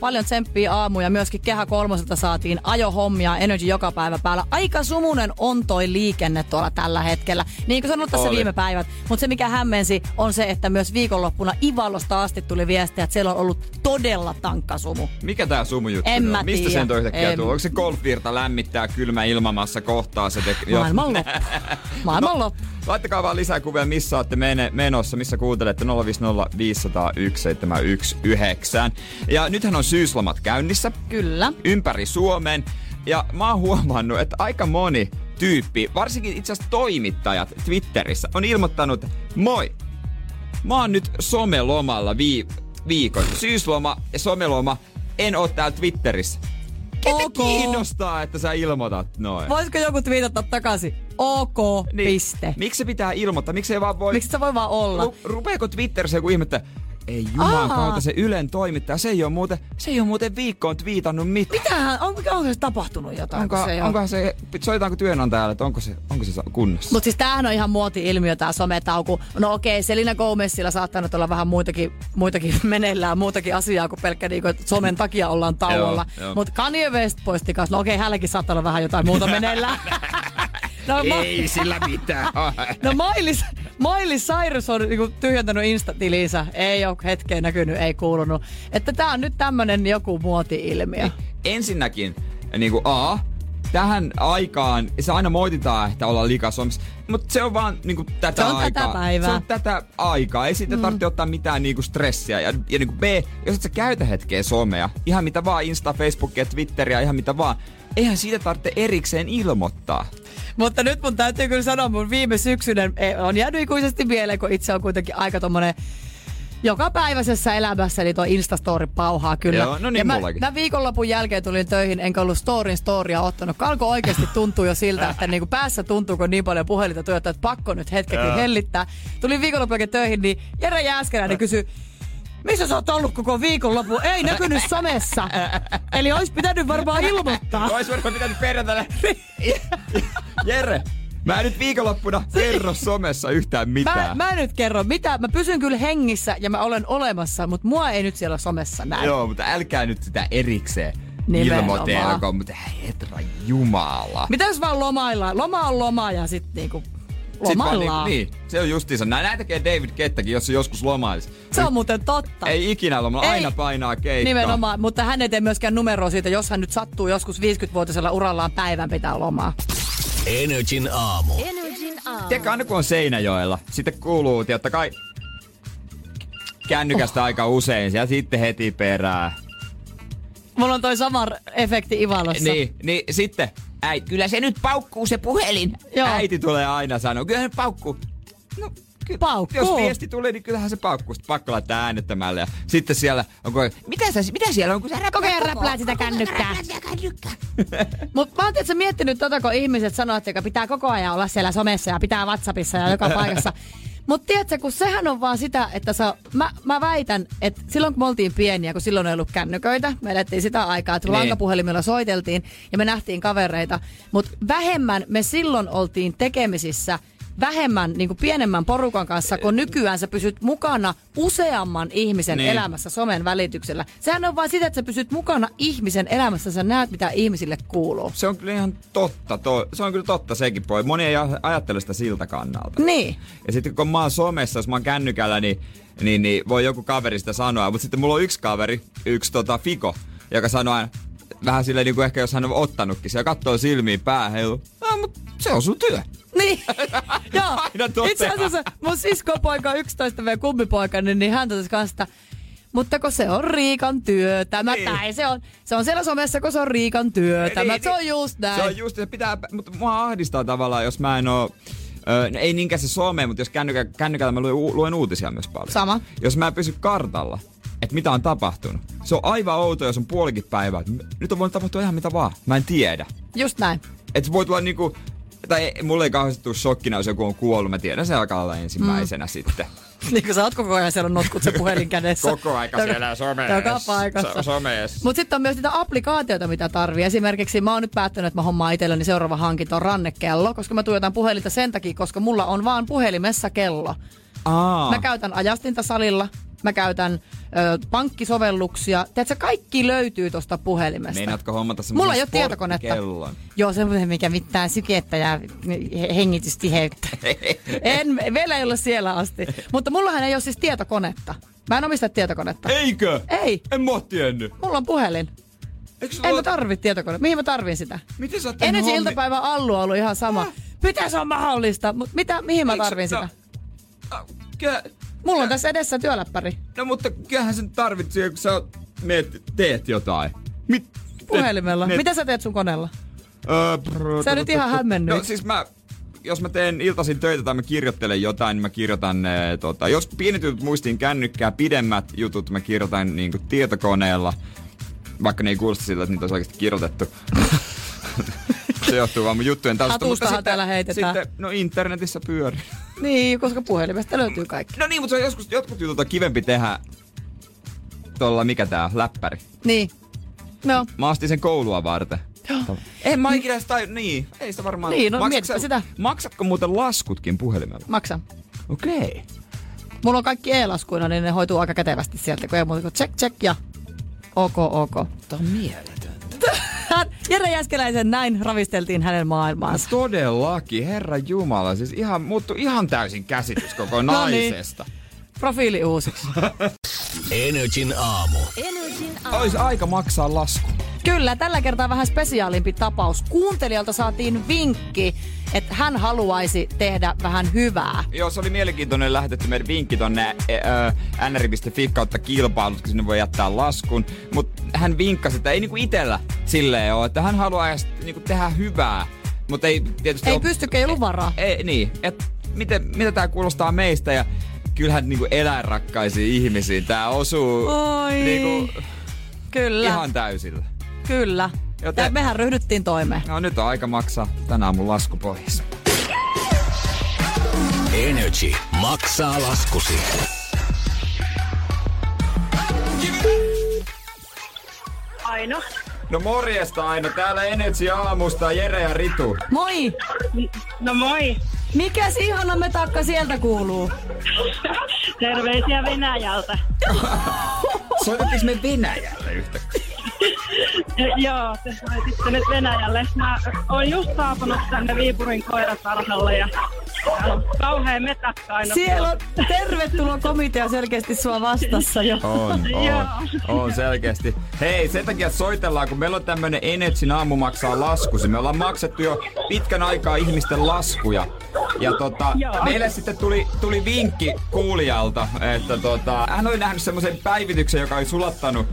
Speaker 2: Paljon tsemppiä aamuja. Myöskin Kehä kolmoselta saatiin ajohommia Energy joka päivä päällä. Aika sumunen on toi liikenne tuolla tällä hetkellä. Niin kuin sanonut tässä
Speaker 3: Oli.
Speaker 2: viime päivät. Mutta se mikä hämmensi on se, että myös viikonloppuna Ivalosta asti tuli viestiä, että siellä on ollut todella tankkasumu.
Speaker 3: Mikä tää sumujuttu
Speaker 2: En
Speaker 3: nyt
Speaker 2: mä
Speaker 3: on? Mistä
Speaker 2: tiedä.
Speaker 3: sen yhtäkkiä
Speaker 2: En.
Speaker 3: tullut? Onko se golfvirta lämmittää kylmä ilmamassa kohtaa se tek- jo-
Speaker 2: Maailmanloppu. Maailmanloppu.
Speaker 3: Laittakaa vaan lisää kuvia, missä olette mene- menossa, missä kuuntelette 050 501 719. Ja nythän on syyslomat käynnissä.
Speaker 2: Kyllä.
Speaker 3: ympäri Suomen. Ja mä oon huomannut, että aika moni tyyppi, varsinkin itse asiassa toimittajat Twitterissä, on ilmoittanut, moi, mä oon nyt somelomalla vi- viikon. Syysloma ja someloma, en oo täällä Twitterissä. Ketä
Speaker 2: Ok.
Speaker 3: kiinnostaa, että sä ilmoitat noin?
Speaker 2: Voisiko joku twiitata takaisin? OK, niin. piste.
Speaker 3: Miksi se pitää ilmoittaa? Miksi ei vaan voi...
Speaker 2: Miksi se voi vaan olla?
Speaker 3: Ru- rupeeko Twitterissä joku ihme, että ei juman
Speaker 2: Aa.
Speaker 3: kautta se Ylen toimittaja, se ei oo muuten, se ei oo muuten viikkoon twiitannut mitään.
Speaker 2: Mitähän, on, onko se tapahtunut jotain?
Speaker 3: Onko,
Speaker 2: kun se ei
Speaker 3: se
Speaker 2: ole-
Speaker 3: onkohan se, soitetaanko työnantajalle, että onko se, onko se sa- kunnossa?
Speaker 2: Mutta siis tämähän on ihan muoti-ilmiö tämä sometauku. No okei, Selina Gomezilla saattaa nyt olla vähän muitakin, muitakin meneillään, muutakin asiaa kuin pelkkä niinku, että somen takia ollaan tauolla.
Speaker 3: Joo, joo.
Speaker 2: Mutta Kanye West poisti kanssa, no okei, hänelläkin saattaa olla vähän jotain muuta meneillään. no, ma-
Speaker 3: sillä mitään.
Speaker 2: no Miley, Miley Cyrus on niinku tyhjentänyt Insta-tilinsä. Ei ole hetkeen näkynyt, ei kuulunut. Että tämä on nyt tämmönen joku muoti-ilmiö.
Speaker 3: Ensinnäkin, niin kuin A, tähän aikaan, se aina moititaan, että ollaan liikaa Suomessa, mutta se on vaan niin kuin, tätä
Speaker 2: Se on tätä
Speaker 3: aikaa.
Speaker 2: päivää.
Speaker 3: Se on tätä aikaa, ei siitä mm. tarvitse ottaa mitään niin kuin, stressiä. Ja, ja niin kuin B, jos et sä käytä hetkeä somea, ihan mitä vaan, Insta, Facebookia, Twitteriä, ihan mitä vaan, eihän siitä tarvitse erikseen ilmoittaa.
Speaker 2: Mutta nyt mun e, täytyy kyllä sanoa, mun viime syksynen eh, on jäänyt ikuisesti mieleen, kun itse on kuitenkin aika tommonen joka päiväisessä elämässä niin tuo Instastory pauhaa kyllä.
Speaker 3: Joo, no niin
Speaker 2: ja mä,
Speaker 3: mullakin.
Speaker 2: mä, viikonlopun jälkeen tulin töihin, enkä ollut storin storia ottanut. kun Alkoi oikeasti tuntuu jo siltä, että niin kuin päässä tuntuu, kun niin paljon puhelinta tuottaa, että pakko nyt hetkeksi hellittää. Tulin viikonlopun jälkeen töihin, niin Jere Jääskeläinen kysyi, missä sä oot ollut koko viikonloppu? Ei näkynyt somessa. Eli olisi pitänyt varmaan ilmoittaa.
Speaker 3: Ois varmaan pitänyt perjantaina. Jere, mä en nyt viikonloppuna kerro somessa yhtään
Speaker 2: Mä,
Speaker 3: mitään.
Speaker 2: mä en nyt kerro mitä. Mä pysyn kyllä hengissä ja mä olen olemassa, mutta mua ei nyt siellä somessa näy.
Speaker 3: Joo, mutta älkää nyt sitä erikseen
Speaker 2: Nimenomaan.
Speaker 3: ilmoitelko, mutta herra jumala.
Speaker 2: Mitä jos vaan lomaillaan? Loma on loma ja sit niinku
Speaker 3: Sit vaan
Speaker 2: lomaillaan.
Speaker 3: Niin, niin, se on justiinsa. Nä- Näin tekee David Kettäkin, jos se joskus lomaisi.
Speaker 2: Se on muuten totta.
Speaker 3: niin. Ei ikinä lomalla,
Speaker 2: Ei.
Speaker 3: aina painaa keikkaa.
Speaker 2: Nimenomaan, mutta hän ei tee myöskään numeroa siitä, jos hän nyt sattuu joskus 50-vuotisella urallaan päivän pitää lomaa.
Speaker 1: Energin aamu.
Speaker 3: Tiedätkö, aina kun on Seinäjoella, sitten kuuluu, totta kai kännykästä oh. aika usein, ja sitten heti perään.
Speaker 2: Mulla on toi sama r- efekti Ivalossa.
Speaker 3: Niin, niin sitten, äiti, kyllä se nyt paukkuu se puhelin.
Speaker 2: Joo.
Speaker 3: Äiti tulee aina sanoa, kyllä se paukkuu. No, ky-
Speaker 2: Paukkuu.
Speaker 3: Jos viesti tulee, niin kyllähän se paukkuu. Sitten pakko laittaa äänettämälle. Ja sitten siellä, onko, mitä, sä, mitä siellä on, kun sä
Speaker 2: Koko
Speaker 3: räpläät
Speaker 2: ajan räplää sitä kännykkää. Mutta mä oon tietysti miettinyt tota, kun ihmiset sanoo, että joka pitää koko ajan olla siellä somessa ja pitää Whatsappissa ja joka paikassa. Mutta tiedätkö, kun sehän on vaan sitä, että sä, mä, mä väitän, että silloin kun me oltiin pieniä, kun silloin ei ollut kännyköitä, me elettiin sitä aikaa, että
Speaker 3: Niin.
Speaker 2: lankapuhelimilla soiteltiin ja me nähtiin kavereita, mutta vähemmän me silloin oltiin tekemisissä vähemmän, niin pienemmän porukan kanssa, kun nykyään sä pysyt mukana useamman ihmisen
Speaker 3: Niin.
Speaker 2: niin. elämässä somen välityksellä. Sehän on vaan sitä, että sä pysyt mukana ihmisen elämässä, sä näet mitä ihmisille kuuluu.
Speaker 3: Se on kyllä ihan totta. Toi, se on kyllä totta sekin poi. Moni ei aj- ajattele sitä siltä kannalta.
Speaker 2: Niin.
Speaker 3: Ja sitten kun mä oon somessa, jos mä oon kännykällä, niin, niin, niin voi joku kaveri sitä sanoa. Mutta sitten mulla on yksi kaveri, yksi tota, Fiko, joka sanoo aina, vähän silleen niin kuin ehkä jos hän on ottanutkin, se katsoo silmiin päähän, heilu, no, mutta se on sun työ.
Speaker 2: Niin. Joo.
Speaker 3: Aina toteaa.
Speaker 2: Itse asiassa mun siskopoika 11 v kummipoika, niin, niin hän totesi kanssa, että mutta kun se on Riikan työtä, mä
Speaker 3: Niin.
Speaker 2: tai se on, se on siellä somessa, kun se on Riikan työtä, mä, Niin, se on just näin.
Speaker 3: Se on just, se pitää, mutta mua ahdistaa tavallaan, jos mä en oo, Ö, no ei niinkään se some, mutta jos kännykä, kännykällä mä luen, u- luen uutisia myös paljon.
Speaker 2: Sama.
Speaker 3: Jos mä en pysy kartalla, että mitä on tapahtunut. Se on aivan outo, jos on puolikin päivää. että m- Nyt on voinut tapahtua ihan mitä vaan. Mä en tiedä.
Speaker 2: Just näin.
Speaker 3: Et se voi tulla niinku, tai ei- mulle ei kauheasti tuu shokkina, jos joku on kuollut. Mä tiedän, se alkaa olla ensimmäisenä mm. sitten.
Speaker 2: Niin kun sä oot koko ajan siellä on notkut se puhelin kädessä.
Speaker 3: Koko aika
Speaker 2: Joka-
Speaker 3: siellä somessa.
Speaker 2: Joka paikassa.
Speaker 3: So- somessa.
Speaker 2: Mutta sitten on myös niitä applikaatioita, mitä tarvii. Esimerkiksi mä oon nyt päättänyt, että mä hommaan itselleni seuraava hankinta on rannekello, koska mä tuijotan puhelinta sen takia, koska mulla on vaan puhelimessa kello.
Speaker 3: Aa,
Speaker 2: Mä käytän ajastinta salilla, mä käytän ö, pankkisovelluksia. Tiedätkö, kaikki löytyy tuosta puhelimesta.
Speaker 3: Meinaatko hommata semmosen
Speaker 2: Mulla ei ole tietokonetta.
Speaker 3: sporttikellon?
Speaker 2: Joo, semmoinen, mikä mittaa sykettä ja he- hengitystiheyttä. en, vielä ei ole siellä asti. Mutta mullahan ei ole siis tietokonetta. Mä en omista tietokonetta.
Speaker 3: Eikö?
Speaker 2: Ei.
Speaker 3: En mä oo tiennyt.
Speaker 2: Mulla on puhelin.
Speaker 3: Eikö sulla
Speaker 2: En mä
Speaker 3: oo-
Speaker 2: tarvi tietokone. Mihin mä tarvin sitä?
Speaker 3: Miten sä oot tehnyt
Speaker 2: Energy
Speaker 3: hommi-
Speaker 2: iltapäivän allu on ollut ihan sama. Miten se on mahdollista? Mut mitä, mihin mä
Speaker 3: Eikö se-
Speaker 2: tarvin sitä?
Speaker 3: No, a- kyllä-
Speaker 2: Mulla on tässä edessä työläppäri.
Speaker 3: no mutta kyllähän sen tarvitsee, kun sä oot- meet, teet jotain. Mit,
Speaker 2: Puhelimella.
Speaker 3: Net-
Speaker 2: Mitä sä teet sun koneella?
Speaker 3: Öö, brr,
Speaker 2: Sä nyt ihan hämmennyt.
Speaker 3: No siis mä, jos mä teen iltaisin töitä tai mä kirjoittelen jotain, niin mä kirjoitan, ee, tota, jos pienet jutut muistiin kännykkää, pidemmät jutut mä kirjoitan niinku tietokoneella, vaikka ne ei kuulosta siltä, että niitä olisi oikeasti kirjoitettu. Se johtuu vaan mun juttujen taustasta. mutta
Speaker 2: Hatustahan
Speaker 3: sitten-
Speaker 2: täällä heitetään.
Speaker 3: Sitten, no internetissä pyörii.
Speaker 2: Niin, koska puhelimesta löytyy kaikki.
Speaker 3: No niin, mutta se on joskus, jotkut jutut on kivempi tehdä tuolla, mikä tää, läppäri.
Speaker 2: Niin. No,
Speaker 3: Mä ostin sen koulua varten. En mä ikinä sitä, niin, ei sitä varmaan.
Speaker 2: Niin, no
Speaker 3: Maksatko
Speaker 2: mietipä
Speaker 3: sä-
Speaker 2: sitä.
Speaker 3: Maksatko muuten laskutkin puhelimella?
Speaker 2: maksan.
Speaker 3: Okei. Okay.
Speaker 2: Mulla on kaikki e-laskuina, niin ne hoituu aika kätevästi sieltä, kun ei muuta kuin check, check ja ok, ok.
Speaker 3: Tämä on mieletöntä.
Speaker 2: Hän- Jere Jäskeläisen näin ravisteltiin hänen maailmaansa.
Speaker 3: Todellakin, herra Jumala, siis ihan, muuttu ihan täysin käsitys koko
Speaker 2: No niin.
Speaker 3: naisesta.
Speaker 2: Profiili uusiksi.
Speaker 1: Energin aamu.
Speaker 3: Ois aika maksaa lasku.
Speaker 2: Kyllä, tällä kertaa vähän spesiaalimpi tapaus. Kuuntelijalta saatiin vinkki, että hän haluaisi tehdä vähän hyvää.
Speaker 3: Joo, se oli mielenkiintoinen lähetetty meidän vinkki tonne äh, nri.fi kautta kilpailut, kun sinne voi jättää laskun. Mutta hän vinkkasi, että ei niinku itellä silleen ole, että hän haluaa edes niinku tehdä hyvää. Mutta ei tietysti
Speaker 2: Ei
Speaker 3: ole-
Speaker 2: pystykään, ei ollut varaa.
Speaker 3: Ei, niin, et miten, mitä tää kuulostaa meistä ja kyllähän niinku eläinrakkaisiin ihmisiin tää osuu
Speaker 2: Oi.
Speaker 3: niinku
Speaker 2: Kyllä,
Speaker 3: ihan täysillä.
Speaker 2: kyllä. Joten...
Speaker 3: Joten-
Speaker 2: Ja mehän ryhdyttiin toimeen.
Speaker 3: No nyt on aika maksaa tänä aamun lasku pois.
Speaker 1: Energy maksaa laskusi.
Speaker 5: Aino.
Speaker 3: No morjesta Aino, täällä Energy aamusta Jere ja Ritu.
Speaker 2: Moi!
Speaker 5: No moi.
Speaker 2: Mikäs ihana me takka sieltä kuuluu?
Speaker 5: Terveisiä Venäjältä.
Speaker 3: Soitettiinko me Venäjälle yhtä?
Speaker 5: Ja, E, joo, te soititte nyt Venäjälle. Mä oon just saapunut tänne Viipurin koiratarhalle ja täällä on kauhean metakka aina.
Speaker 2: Siellä on tervetuloa komitea selkeästi sua vastassa jo.
Speaker 3: On,
Speaker 5: Joo.
Speaker 3: on, on selkeästi. Hei, sen takia soitellaan, kun meillä on tämmönen Energyn aamu maksaa laskusi. Me ollaan maksettu jo pitkän aikaa ihmisten laskuja. Ja tota,
Speaker 5: Joo.
Speaker 3: meille sitten tuli, tuli vinkki kuulijalta, että tota, hän oli nähnyt semmoisen päivityksen, joka oli sulattanut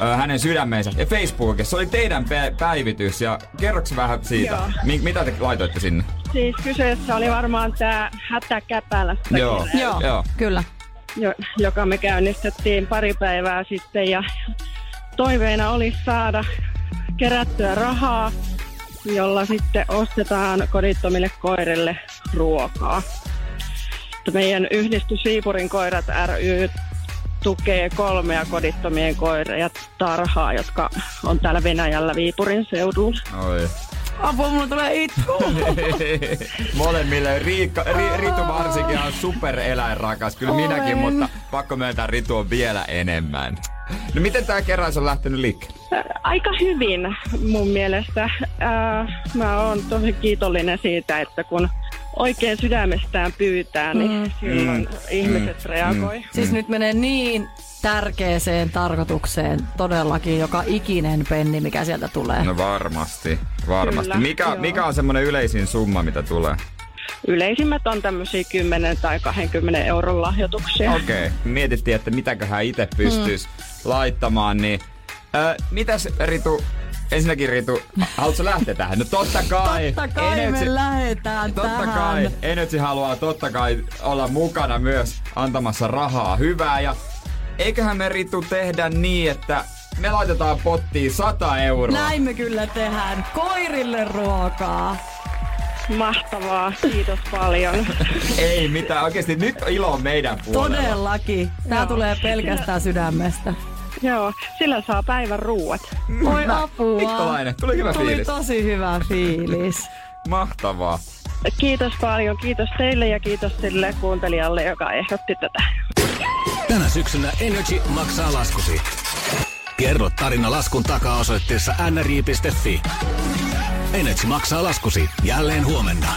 Speaker 3: ö, hänen sydämeensä ja Facebookissa. Se oli teidän pe- päivitys ja kerroks vähän siitä,
Speaker 5: Joo.
Speaker 3: mi- mitä te laitoitte sinne?
Speaker 5: Siis kyseessä oli varmaan tää hätäkäpälä,
Speaker 3: Joo,
Speaker 2: Joo,
Speaker 3: joo.
Speaker 2: kyllä.
Speaker 5: jo, joka me käynnistettiin pari päivää sitten ja toiveena oli saada kerättyä rahaa, jolla sitten ostetaan kodittomille koirille ruokaa. Että Meidän yhdistys Viipurin koirat ry tukee kolmea kodittomien koiria tarhaa, jotka on täällä Venäjällä Viipurin seudulla.
Speaker 3: Oi.
Speaker 2: Apua, mulla tulee itku.
Speaker 3: Molemmille. Riikka, ri, Ritu varsinkin on supereläinrakas. Kyllä
Speaker 2: Olen.
Speaker 3: minäkin, mutta pakko myöntää Ritu on vielä enemmän. No miten tämä keräys on lähtenyt liikkeelle?
Speaker 5: Aika hyvin mun mielestä. Ää, mä oon tosi kiitollinen siitä, että kun oikein sydämestään pyytää, niin mm. silloin mm. ihmiset mm. reagoi. Mm.
Speaker 2: Siis nyt menee niin tärkeeseen tarkoitukseen todellakin joka ikinen penni, mikä sieltä tulee.
Speaker 3: No varmasti, varmasti.
Speaker 5: Kyllä,
Speaker 3: mikä,
Speaker 5: joo.
Speaker 3: mikä on semmoinen yleisin summa, mitä tulee?
Speaker 5: Yleisimmät on tämmöisiä 10 tai 20 euron lahjoituksia.
Speaker 2: Eh.
Speaker 3: Okei, okay. mietittiin, että mitäköhän itse pystyisi
Speaker 2: Mm.
Speaker 3: laittamaan, niin... Ö, mitäs Ritu, ensinnäkin Ritu, haluatko lähteä tähän? No totta kai.
Speaker 2: Totta kai
Speaker 3: Energy-
Speaker 2: me lähetään
Speaker 3: Totta
Speaker 2: tähän.
Speaker 3: kai, Energy haluaa totta kai olla mukana myös antamassa rahaa hyvää ja eiköhän me Ritu tehdä niin, että me laitetaan pottiin 100 euroa.
Speaker 2: Näin me kyllä tehdään. Koirille ruokaa.
Speaker 5: Mahtavaa, kiitos paljon.
Speaker 3: Ei mitään, oikeasti nyt ilo on meidän puolella.
Speaker 2: Todellakin. Tää
Speaker 5: Joo.
Speaker 2: tulee pelkästään sydämestä.
Speaker 5: Joo, sillä saa päivän ruuat.
Speaker 2: Voi
Speaker 3: Mä-
Speaker 2: apua.
Speaker 3: Mikkalainen, tuli hyvä
Speaker 2: Tuli
Speaker 3: fiilis.
Speaker 2: tosi hyvä fiilis.
Speaker 3: Mahtavaa.
Speaker 5: Kiitos paljon, kiitos teille ja kiitos sille kuuntelijalle, joka ehdotti tätä.
Speaker 1: Tänä syksynä Energy maksaa laskusi. Kerro tarina laskun takaa osoitteessa nri.fi. Energy maksaa laskusi jälleen huomenna.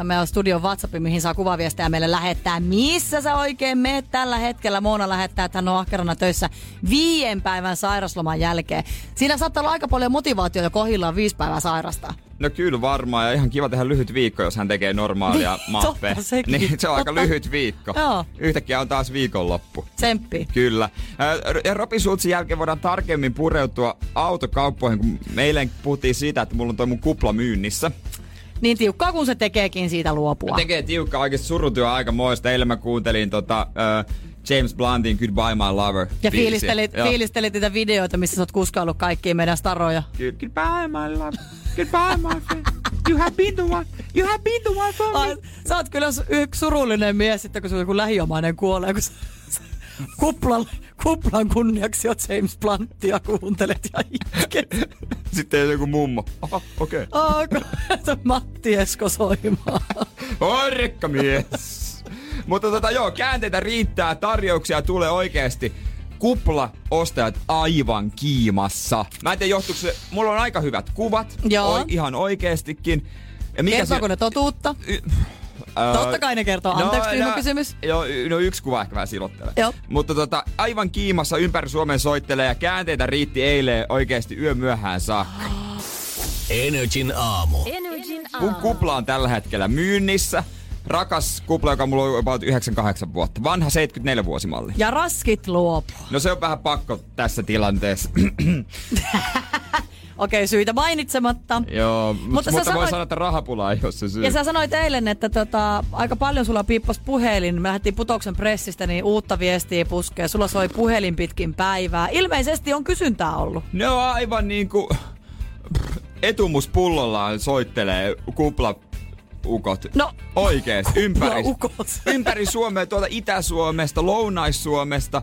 Speaker 2: 050501719 meillä on studion WhatsApp, mihin saa kuvaviestejä meille lähettää. Missä sä oikein meet tällä hetkellä? Moona lähettää, että hän on ahkerana töissä viien päivän sairasloman jälkeen. Siinä saattaa olla aika paljon motivaatiota, kohillaan viisi päivää sairasta.
Speaker 3: No kyllä varmaan ja ihan kiva tehdä lyhyt viikko, jos hän tekee normaalia
Speaker 2: Niin,
Speaker 3: mappea.
Speaker 2: totta sekin.
Speaker 3: Niin, se on aika
Speaker 2: Totta.
Speaker 3: lyhyt viikko.
Speaker 2: Joo.
Speaker 3: Yhtäkkiä on taas viikonloppu.
Speaker 2: Tsemppi.
Speaker 3: Kyllä. Ö, Ja Robin Schulzin jälkeen voidaan tarkemmin pureutua autokauppoihin, kun me eilen puhuttiin siitä, että mulla on toi mun kupla myynnissä.
Speaker 2: Niin tiukkaa kun se tekeekin siitä luopua.
Speaker 3: Tekee tiukkaa oikeesti surutyö aika moista. Eilen mä kuuntelin tota, ö, James Bluntin Goodbye My
Speaker 2: Ja
Speaker 3: Lover biisiä.
Speaker 2: fiilistelit,
Speaker 3: Joo.
Speaker 2: fiilistelit niitä videoita, missä sä oot kuskaillut kaikkia meidän staroja.
Speaker 3: Good- Goodbye my love, goodbye my friend. You have been the one, you have been the one for me.
Speaker 2: Ai, sä oot kyllä su- yksi surullinen mies sitten, kun sun joku lähiomainen kuolee, kun sä, sä kuplan, kuplan kunniaksi oot James Bluntia kuuntelet ja itket.
Speaker 3: Sitten joku mummo. Aha, okei. Okay.
Speaker 2: Onko se Matti Esko soimaan?
Speaker 3: Orrekka mies. Mutta tota joo, käänteitä riittää, tarjouksia tulee oikeesti. Kupla ostajat aivan kiimassa. Mä en tiedä johtuuko se, mulla on aika hyvät kuvat.
Speaker 2: Joo.
Speaker 3: ihan oikeestikin. Ja
Speaker 2: Kertooko ne totuutta?
Speaker 3: Ää, no,
Speaker 2: Totta kai ne kertoo. Anteeksi, tyhmä
Speaker 3: nää-
Speaker 2: kysymys.
Speaker 3: Joo, y- no yksi kuva ehkä vähän silottelee.
Speaker 2: Joo.
Speaker 3: Mutta tota, aivan kiimassa ympäri Suomen soittelee ja käänteitä riitti eilen oikeesti yömyöhään saakka.
Speaker 1: Energin aamu.
Speaker 3: Mun kupla on tällä hetkellä myynnissä. Rakas kupla, joka mulla on about 98 vuotta. Vanha 74-vuosimalli.
Speaker 2: Ja raskit luopua.
Speaker 3: No se on vähän pakko tässä tilanteessa.
Speaker 2: Okei, syitä mainitsematta.
Speaker 3: Joo, mutta, mutta
Speaker 2: sä
Speaker 3: voi
Speaker 2: sanoit-
Speaker 3: sanoa, että rahapula ei ole se syy.
Speaker 2: Ja sä sanoit eilen, että tota, aika paljon sulla piippos puhelin. Me lähdettiin putouksen pressistä, niin uutta viestiä puskee. Sulla soi puhelin pitkin päivää. Ilmeisesti on kysyntää ollut.
Speaker 3: Ne on aivan niinku... Etumuspullolla soittelee kupla ukot.
Speaker 2: No.
Speaker 3: Oikees, ympäri,
Speaker 2: Kuplaukot.
Speaker 3: ympäri Suomea, tuolta Itä-Suomesta, Lounais-Suomesta,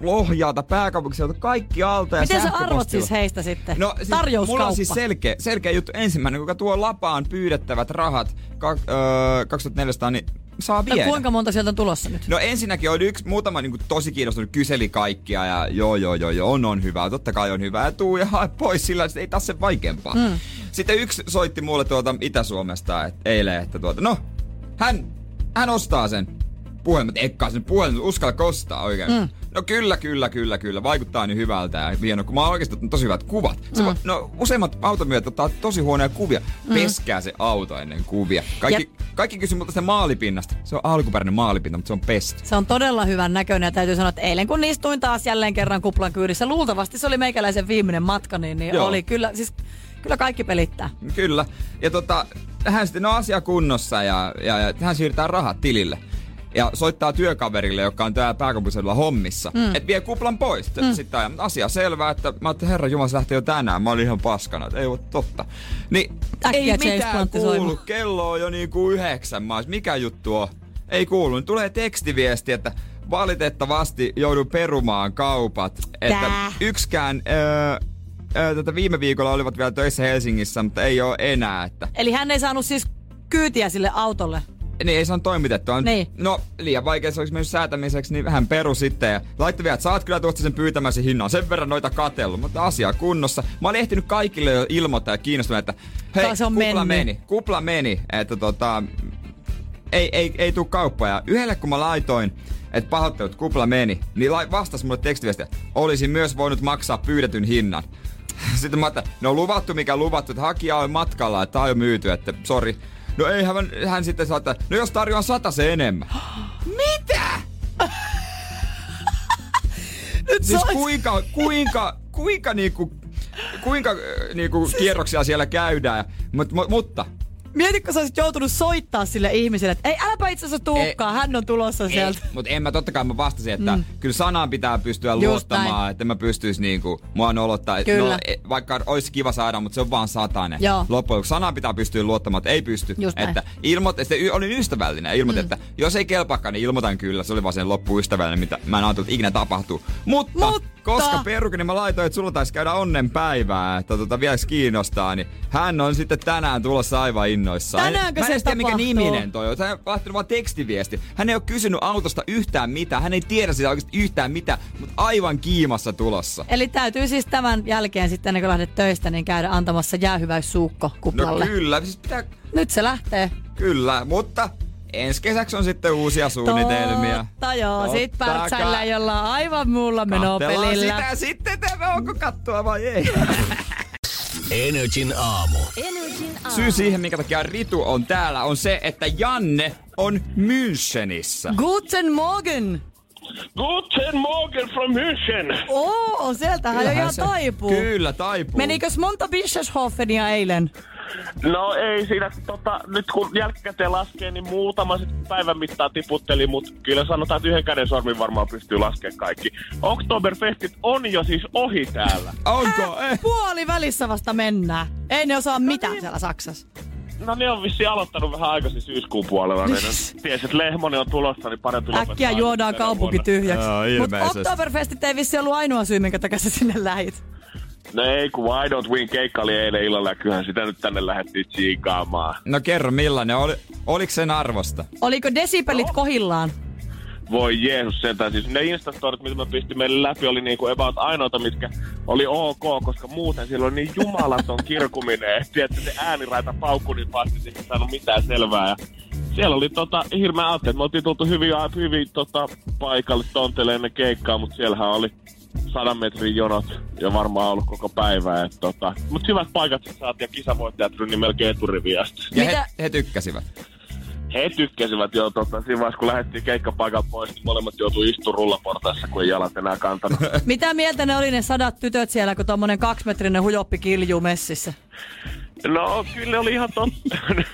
Speaker 3: Lohjalta, pääkaupunkiseudulta, kaikki alta ja
Speaker 2: Miten sä
Speaker 3: sähköpostilla.
Speaker 2: arvot siis heistä sitten?
Speaker 3: No, siis mulla
Speaker 2: Tarjouskauppa.
Speaker 3: on siis selkeä, selkeä juttu. Ensimmäinen, kuka tuo Lapaan pyydettävät rahat ka, öö, 2400, niin saa
Speaker 2: no,
Speaker 3: viedä.
Speaker 2: kuinka monta sieltä on tulossa nyt?
Speaker 3: No ensinnäkin on yksi, muutama niin kuin, tosi kiinnostunut kyseli kaikkia ja joo joo joo, joo on on hyvää, totta kai on hyvää, tuu ja hae pois sillä, että ei taas sen vaikeampaa. Mm. Sitten yksi soitti mulle tuolta Itä-Suomesta et, eilen, että tuota, no hän, hän ostaa sen puhelimen, ekkaa sen puhelimen, uskalla kostaa oikein. Mm. No kyllä, kyllä, kyllä, kyllä. Vaikuttaa niin hyvältä ja hieno, kun mä oon oikeasti ottanut tosi hyvät kuvat. Se, mm. No useimmat automyöt ottaa tosi huonoja kuvia. Mm. Peskää se auto ennen kuvia. Kaikki,
Speaker 2: Ja-
Speaker 3: kaikki kysyy multa sitä maalipinnasta. Se on alkuperäinen maalipinta, mutta se on pesty.
Speaker 2: Se on todella hyvän näköinen ja täytyy sanoa, että eilen kun istuin taas jälleen kerran kuplan kyydissä, luultavasti se oli meikäläisen viimeinen matka, niin, niin
Speaker 3: Joo.
Speaker 2: oli kyllä, siis kyllä kaikki pelittää.
Speaker 3: Kyllä. Ja tota, hän sitten on asia kunnossa ja, ja, ja hän siirtää rahat tilille. Ja soittaa työkaverille, joka on täällä pääkaupunkiseudulla hommissa. Mm. Et vie kuplan pois. Mm. Sitten ajan asia selvää, että mä ajattelin, herra Jumala, se lähtee jo tänään. Mä olin ihan paskana, että ei ole totta. Niin
Speaker 2: Äkkiä
Speaker 3: ei
Speaker 2: James
Speaker 3: mitään
Speaker 2: Blunt
Speaker 3: kuulu.
Speaker 2: soimaan.
Speaker 3: Kello on jo niinku yhdeksän. Mä ois, mikä juttu on? Ei kuulu. Niin tulee tekstiviesti, että valitettavasti joudun perumaan kaupat. Että
Speaker 2: Tää.
Speaker 3: yksikään... Öö, Ö, Tätä viime viikolla olivat vielä töissä Helsingissä, mutta ei ole enää. Että,
Speaker 2: Eli hän ei saanut siis kyytiä sille autolle.
Speaker 3: niin ei se on toimitettu. On,
Speaker 2: Niin.
Speaker 3: No liian vaikea se olisi mennyt säätämiseksi, niin vähän peru sitten. Ja laittoi vielä, että saat kyllä tuosta sen pyytämäsi hinnan. Sen verran noita katellut, mutta asia kunnossa. Mä olin ehtinyt kaikille jo ilmoittaa ja kiinnostunut, että hei,
Speaker 2: Taas on
Speaker 3: kupla
Speaker 2: mennyt.
Speaker 3: meni. Kupla meni, että tota, ei, ei, ei tuu kauppaa. Ja yhdelle kun mä laitoin, että pahoittelut, kupla meni, niin lai- vastasi mulle tekstiviestiä, olisin myös voinut maksaa pyydetyn hinnan. Sitten mä ajattelin, no luvattu mikä luvattu, että hakija on matkalla, että tää on jo myyty, että sori. No eihän hän, hän sitten saa, että no jos tarjoan sata se enemmän.
Speaker 2: Nyt
Speaker 3: Siis
Speaker 2: se on-
Speaker 3: kuinka, kuinka, kuinka niinku, kuinka äh, niinku
Speaker 2: Siis-
Speaker 3: kierroksia siellä käydään. Mut, mut, mutta
Speaker 2: Mieti, kun sä olisit joutunut soittaa sille ihmiselle, että ei, äläpä itse asiassa tuukkaan, hän on tulossa sieltä.
Speaker 3: Mutta en mä totta kai mä vastasin, että mm. kyllä sanaan pitää pystyä
Speaker 2: Just
Speaker 3: luottamaan,
Speaker 2: näin.
Speaker 3: että mä pystyis niinku, mua nolottaa.
Speaker 2: Kyllä.
Speaker 3: No, e- vaikka olisi kiva saada, mutta se on vaan satainen.
Speaker 2: Joo.
Speaker 3: Loppujen lopuksi sanaan pitää pystyä luottamaan, että ei pysty.
Speaker 2: Just näin.
Speaker 3: että ilmoit, ja sitten y- olin ystävällinen ja ilmoitin, mm. että jos ei kelpaakaan, niin ilmoitan kyllä. Se oli vaan sen loppuystävällinen, mitä mä en ajatellut, että ikinä tapahtuu. Mutta,
Speaker 2: Mutta-
Speaker 3: koska perukin, niin mä laitoin, että sulla taisi käydä onnenpäivää, että tota, vielä kiinnostaa, niin hän on sitten tänään tulossa aivan innoissaan.
Speaker 2: Tänäänkö
Speaker 3: mä en
Speaker 2: se
Speaker 3: edes tiedä, mikä
Speaker 2: tapahtuu?
Speaker 3: niminen toi on. Hän on lähtenyt vaan tekstiviesti. Hän ei ole kysynyt autosta yhtään mitään. Hän ei tiedä sitä oikeasti yhtään mitään, mutta aivan kiimassa tulossa.
Speaker 2: Eli täytyy siis tämän jälkeen sitten, ennen kuin lähdet töistä, niin käydä antamassa jäähyväissuukko
Speaker 3: No
Speaker 2: kuplalle.
Speaker 3: kyllä, siis pitää,
Speaker 2: Nyt se lähtee.
Speaker 3: kyllä, mutta ensi kesäksi on sitten uusia suunnitelmia.
Speaker 2: Totta joo,
Speaker 3: Totta
Speaker 2: sit pärtsäillä
Speaker 3: kai.
Speaker 2: jollain aivan muulla
Speaker 3: Kattellaan
Speaker 2: menopelillä.
Speaker 3: sitä sitten, tämä onko kattoa vai ei.
Speaker 1: Energin aamu.
Speaker 3: Syy siihen, minkä takia Ritu on täällä, on se, että Janne on Münchenissä.
Speaker 2: Guten Morgen!
Speaker 6: Guten Morgen from München.
Speaker 2: Oo, sieltähän jo ihan
Speaker 3: se-
Speaker 2: taipuu.
Speaker 3: Kyllä, taipuu.
Speaker 2: Menikös monta Bischofenia eilen?
Speaker 6: No ei siinä, tota, nyt kun jälkikäteen laskee, niin muutama sit päivän mittaan tiputteli, mutta kyllä sanotaan, että yhden käden sormin varmaan pystyy laskemaan kaikki. Oktoberfestit on jo siis ohi täällä.
Speaker 3: Onko? Eh.
Speaker 2: Puoli välissä vasta mennään. Ei ne
Speaker 3: No
Speaker 2: osaa mitään
Speaker 3: niin.
Speaker 2: siellä Saksassa.
Speaker 6: No ne on vissiin aloittanut vähän aikaisin syyskuun puolella. Niin ne ties, että Lehmonen on tulossa, niin parempi
Speaker 2: Äkkiä
Speaker 6: lopettaa
Speaker 2: juodaan
Speaker 6: nyt tänä
Speaker 2: kaupunki tyhjäksi.
Speaker 3: Joo,
Speaker 2: Mutta
Speaker 3: ilmeisesti.
Speaker 2: Oktoberfestit ei vissi ollut ainoa syy, minkä takia sä sinne lähit.
Speaker 6: vuonna. No ei, kun I Don't Win keikka oli eilen illalla ja kyllähän sitä nyt tänne lähdettiin tsiikaamaan.
Speaker 3: No kerro millainen, oli, oliko sen arvosta?
Speaker 2: Oliko desipelit
Speaker 3: No.
Speaker 2: kohillaan?
Speaker 6: Voi Jeesus sentään. Siis ne instastorit, mitä mä pistin meille läpi, oli niinku about ainoita, mitkä oli ok, koska muuten siellä oli niin jumalaton kirkuminen. Tiedätkö, se ääniraita paukkui niin pahasti, että ei saanut mitään selvää. Ja siellä oli tota, hirveä aatteet. Me oltiin tultu hyvin, hyvin tota, paikalle tonteille ennen keikkaa, mutta siellähän oli sadan metrin jonot ja varmaan ollut koko päivää. Et, tota, niin mutta hyvät paikat saatiin ja kisavoittajat rynni melkein eturiviä.
Speaker 3: Ja
Speaker 2: Mitä-
Speaker 3: he, he tykkäsivät.
Speaker 6: he tykkäsivät jo tota, siinä vaiheessa, kun lähdettiin keikkapaikan pois, niin molemmat joutui istumaan rullaportaissa, kun ei jalat enää kantanut.
Speaker 2: Mitä mieltä ne oli ne sadat tytöt siellä, kun tommonen kaksimetrinen hujoppi kiljuu messissä?
Speaker 6: No, kyllä ne oli ihan totta.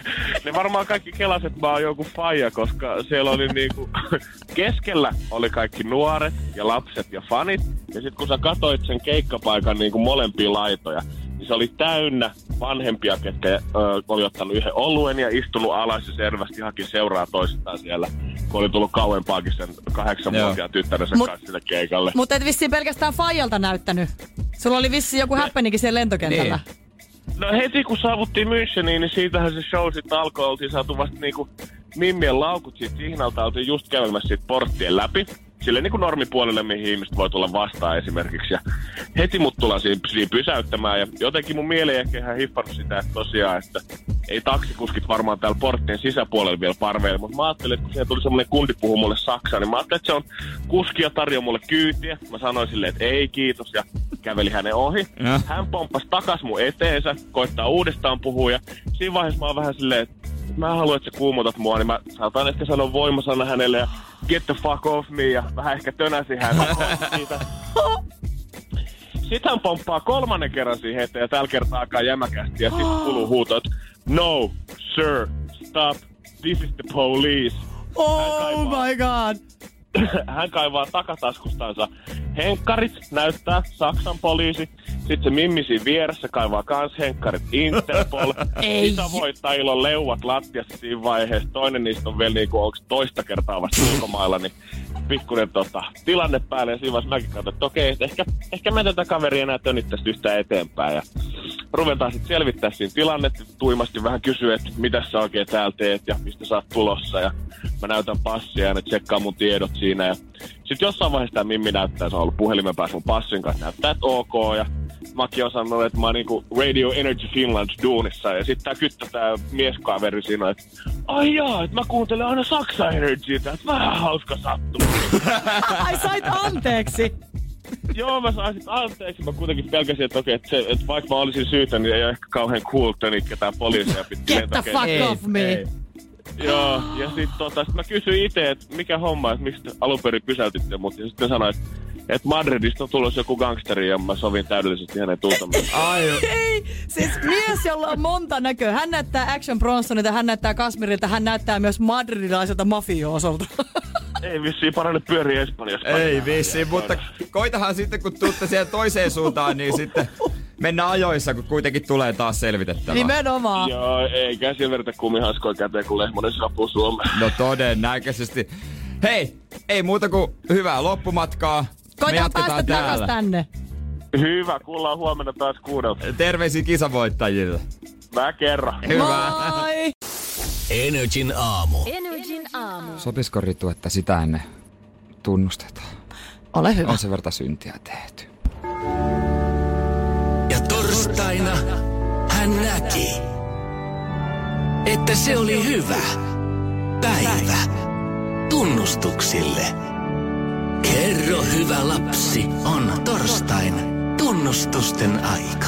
Speaker 6: ne varmaan kaikki kelaset että mä oon joku faija, koska siellä oli niinku... Keskellä oli kaikki nuoret ja lapset ja fanit. Ja sit kun sä katoit sen keikkapaikan niinku molempia laitoja, niin se oli täynnä vanhempia, ketkä ö, oli ottanut yhden oluen ja istunut alas ja selvästi haki seuraa toistaan siellä, kun oli tullut kauempaakin sen kahdeksanvuotiaan tyttärensä
Speaker 2: Mut-
Speaker 6: Mut... kanssa sinne keikalle.
Speaker 2: Mutta et vissiin pelkästään Fajalta näyttänyt. Sulla oli vissiin joku häppenikin siellä lentokentällä.
Speaker 3: Niin.
Speaker 6: No heti kun saavuttiin Müncheniin, niin siitähän se show sitten alkoi. Oltiin saatu vasta niinku mimmien laukut siitä hihnalta. Oltiin just kävelemässä siitä porttien läpi. Sille niinku normipuolelle, mihin ihmiset voi tulla vastaan esimerkiksi. Ja heti mut tullaan siinä, siinä pysäyttämään. Ja jotenkin mun mieli ei ehkä ihan hiffannut sitä, että tosiaan, että ei taksikuskit varmaan täällä porttien sisäpuolella vielä parveilla. Mutta mä ajattelin, että kun siellä tuli semmonen kundi puhuu mulle saksaa, niin mä ajattelin, että se on kuski ja tarjoaa mulle kyytiä. Mä sanoin silleen, että ei kiitos ja käveli hänen ohi.
Speaker 3: Joo.
Speaker 6: Hän pomppasi takas mun eteensä, koittaa uudestaan puhua ja siinä vaiheessa mä oon vähän silleen, että mä haluan, että sä kuumotat mua, niin mä saatan ehkä sanoa voimasana hänelle ja get the fuck off me ja vähän ehkä tönäsin häntä siitä. Sitten hän pomppaa kolmannen kerran siihen eteen ja tällä kertaa alkaa jämäkästi ja sitten kuluu huutot. No, sir, stop, this is the police.
Speaker 2: Oh my god.
Speaker 6: hän kaivaa takataskustansa henkkarit, näyttää Saksan poliisi. Sitten se mimmi siinä vieressä kaivaa kans henkkarit Interpol.
Speaker 2: Ei.
Speaker 6: Isä voittaa ilon leuat lattiassa siinä vaiheessa. Toinen niistä on vielä niinku, onks toista kertaa vasta ulkomailla, niin pikkuinen tota, tilanne päälle. Ja siinä vaiheessa mäkin katsoin, että okei, että ehkä, ehkä mä en tätä kaveria enää tönit tästä yhtään eteenpäin. Ja ruvetaan sitten selvittää siinä tilannetta. Tuimasti vähän kysyä, että mitä sä oikein täällä teet ja mistä sä oot tulossa. Ja mä näytän passia ja ne tsekkaa mun tiedot siinä. Ja sitten jossain vaiheessa tämä Mimmi näyttää, se on ollut puhelimen päässä mun passin kanssa, näyttää, että ok. Ja Maki on sanonut, että mä oon niinku Radio Energy Finland duunissa. Ja sitten tää kyttä tää mieskaveri siinä, on, että ai jaa, että mä kuuntelen aina Saksa Energytä, että vähän hauska sattuma.
Speaker 2: Ai sait anteeksi.
Speaker 6: Joo, mä saan sit anteeksi. Mä kuitenkin pelkäsin, että okei, että, se, että vaikka mä olisin syytä, niin ei ole ehkä kauhean cool tönit ketään poliisia pitkin
Speaker 2: Get the fuck
Speaker 3: Ei,
Speaker 2: off me.
Speaker 3: ei.
Speaker 6: Joo, ja sit tota, sit mä kysyin itse, että mikä homma, että miksi te alun perin pysäytitte mut. Ja sitten sanoin, että et Madridista on tulossa joku gangsteri ja mä sovin täydellisesti hänen tuntemaan.
Speaker 3: Ai,
Speaker 2: Ei, siis mies, jolla on monta näköä. Hän näyttää Action Bronsonilta, hän näyttää Kasmirilta, hän näyttää myös madrilaiselta mafioosolta.
Speaker 6: Ei vissiin parane pyöri Espanjassa.
Speaker 3: ei vissi, mutta koitahan sitten kun tuutte siihen toiseen suuntaan, niin sitten mennään ajoissa, kun kuitenkin tulee taas
Speaker 2: Niin
Speaker 3: selvitettävää.
Speaker 2: Nimenomaan.
Speaker 6: Joo, eikä sillä verta kumihaskoa käteen, kun lehmonen saapuu Suomeen.
Speaker 3: No todennäköisesti. Hei, ei muuta kuin hyvää loppumatkaa. Me
Speaker 2: Koitan päästä
Speaker 3: jatketaan
Speaker 2: takas
Speaker 3: täällä.
Speaker 2: tänne.
Speaker 6: Hyvä, kuullaan huomenna taas kuudelta.
Speaker 3: Terveisiä kisavoittajille.
Speaker 6: Mä kerran.
Speaker 3: Hyvä.
Speaker 2: Moi!
Speaker 1: Energin aamu.
Speaker 7: Energin aamu.
Speaker 3: Sopisko Ritu, että sitä ennen tunnustetaan?
Speaker 2: Ole hyvä.
Speaker 3: On sen verta syntiä tehty.
Speaker 1: Ja torstaina hän näki, että se oli hyvä päivä tunnustuksille. Kerro hyvä lapsi, on torstain tunnustusten aika.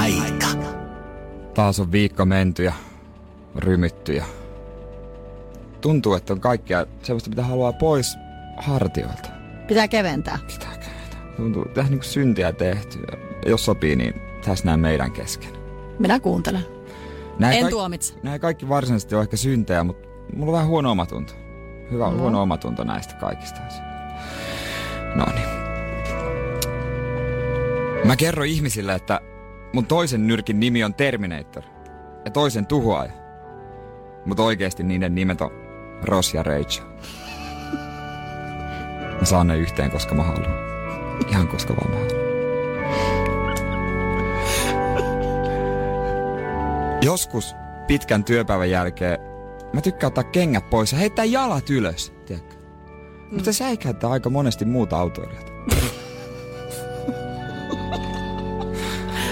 Speaker 1: Aika.
Speaker 3: Taas on viikko menty ja rymytty ja tuntuu, että on kaikkea sellaista, mitä haluaa pois hartioilta.
Speaker 2: Pitää keventää.
Speaker 3: Sitäkään. Tuntuu, että niin syntiä tehty. Ja Jos sopii, niin tässä näin meidän kesken.
Speaker 2: Minä kuuntelen.
Speaker 3: Näin
Speaker 2: En tuomitse.
Speaker 3: Nämä kaikki varsinaisesti on ehkä syntejä, mutta mulla on vähän huono omatunto. Hyvä, no. huono omatunto näistä kaikista asioista. No niin. Mä kerron ihmisille, että mun toisen nyrkin nimi on Terminator ja toisen tuhoaja. Mutta oikeasti niiden nimet on Ross ja Rachel. Mä saan ne yhteen, koska mä haluan. Ihan koska vaan mä haluan. Joskus pitkän työpäivän jälkeen mä tykkään ottaa kengät pois ja heittää jalat ylös, tiedätkö? Mm. Mutta se säikäyttää aika monesti muuta autoilijat.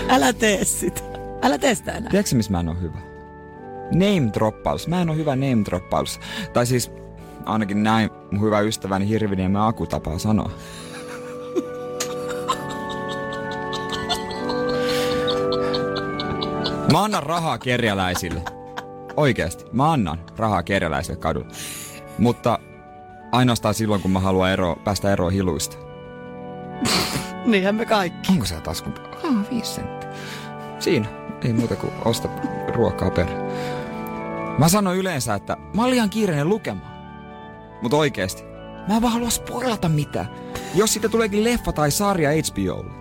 Speaker 2: Älä tee sitä. Älä tee sitä enää.
Speaker 3: Tiedätkö, missä mä en ole hyvä? Name droppaus. Mä en ole hyvä name droppaus. Tai siis ainakin näin mun hyvä ystäväni Hirviniemen Aku tapaa sanoa. Mä annan rahaa kerjäläisille. Oikeesti. Mä annan rahaa kerjäläisille kadulla. Mutta ainoastaan silloin, kun mä haluan ero, päästä eroon hiluista.
Speaker 2: Niinhän me kaikki.
Speaker 3: Onko se taskun? Ah, viisi senttiä. Siinä. Ei muuta kuin osta ruokaa per. Mä sanon yleensä, että mä oon liian kiireinen lukemaan. Mut oikeesti, mä en vaan halua spoilata mitään. Jos siitä tuleekin leffa tai sarja HBOlla.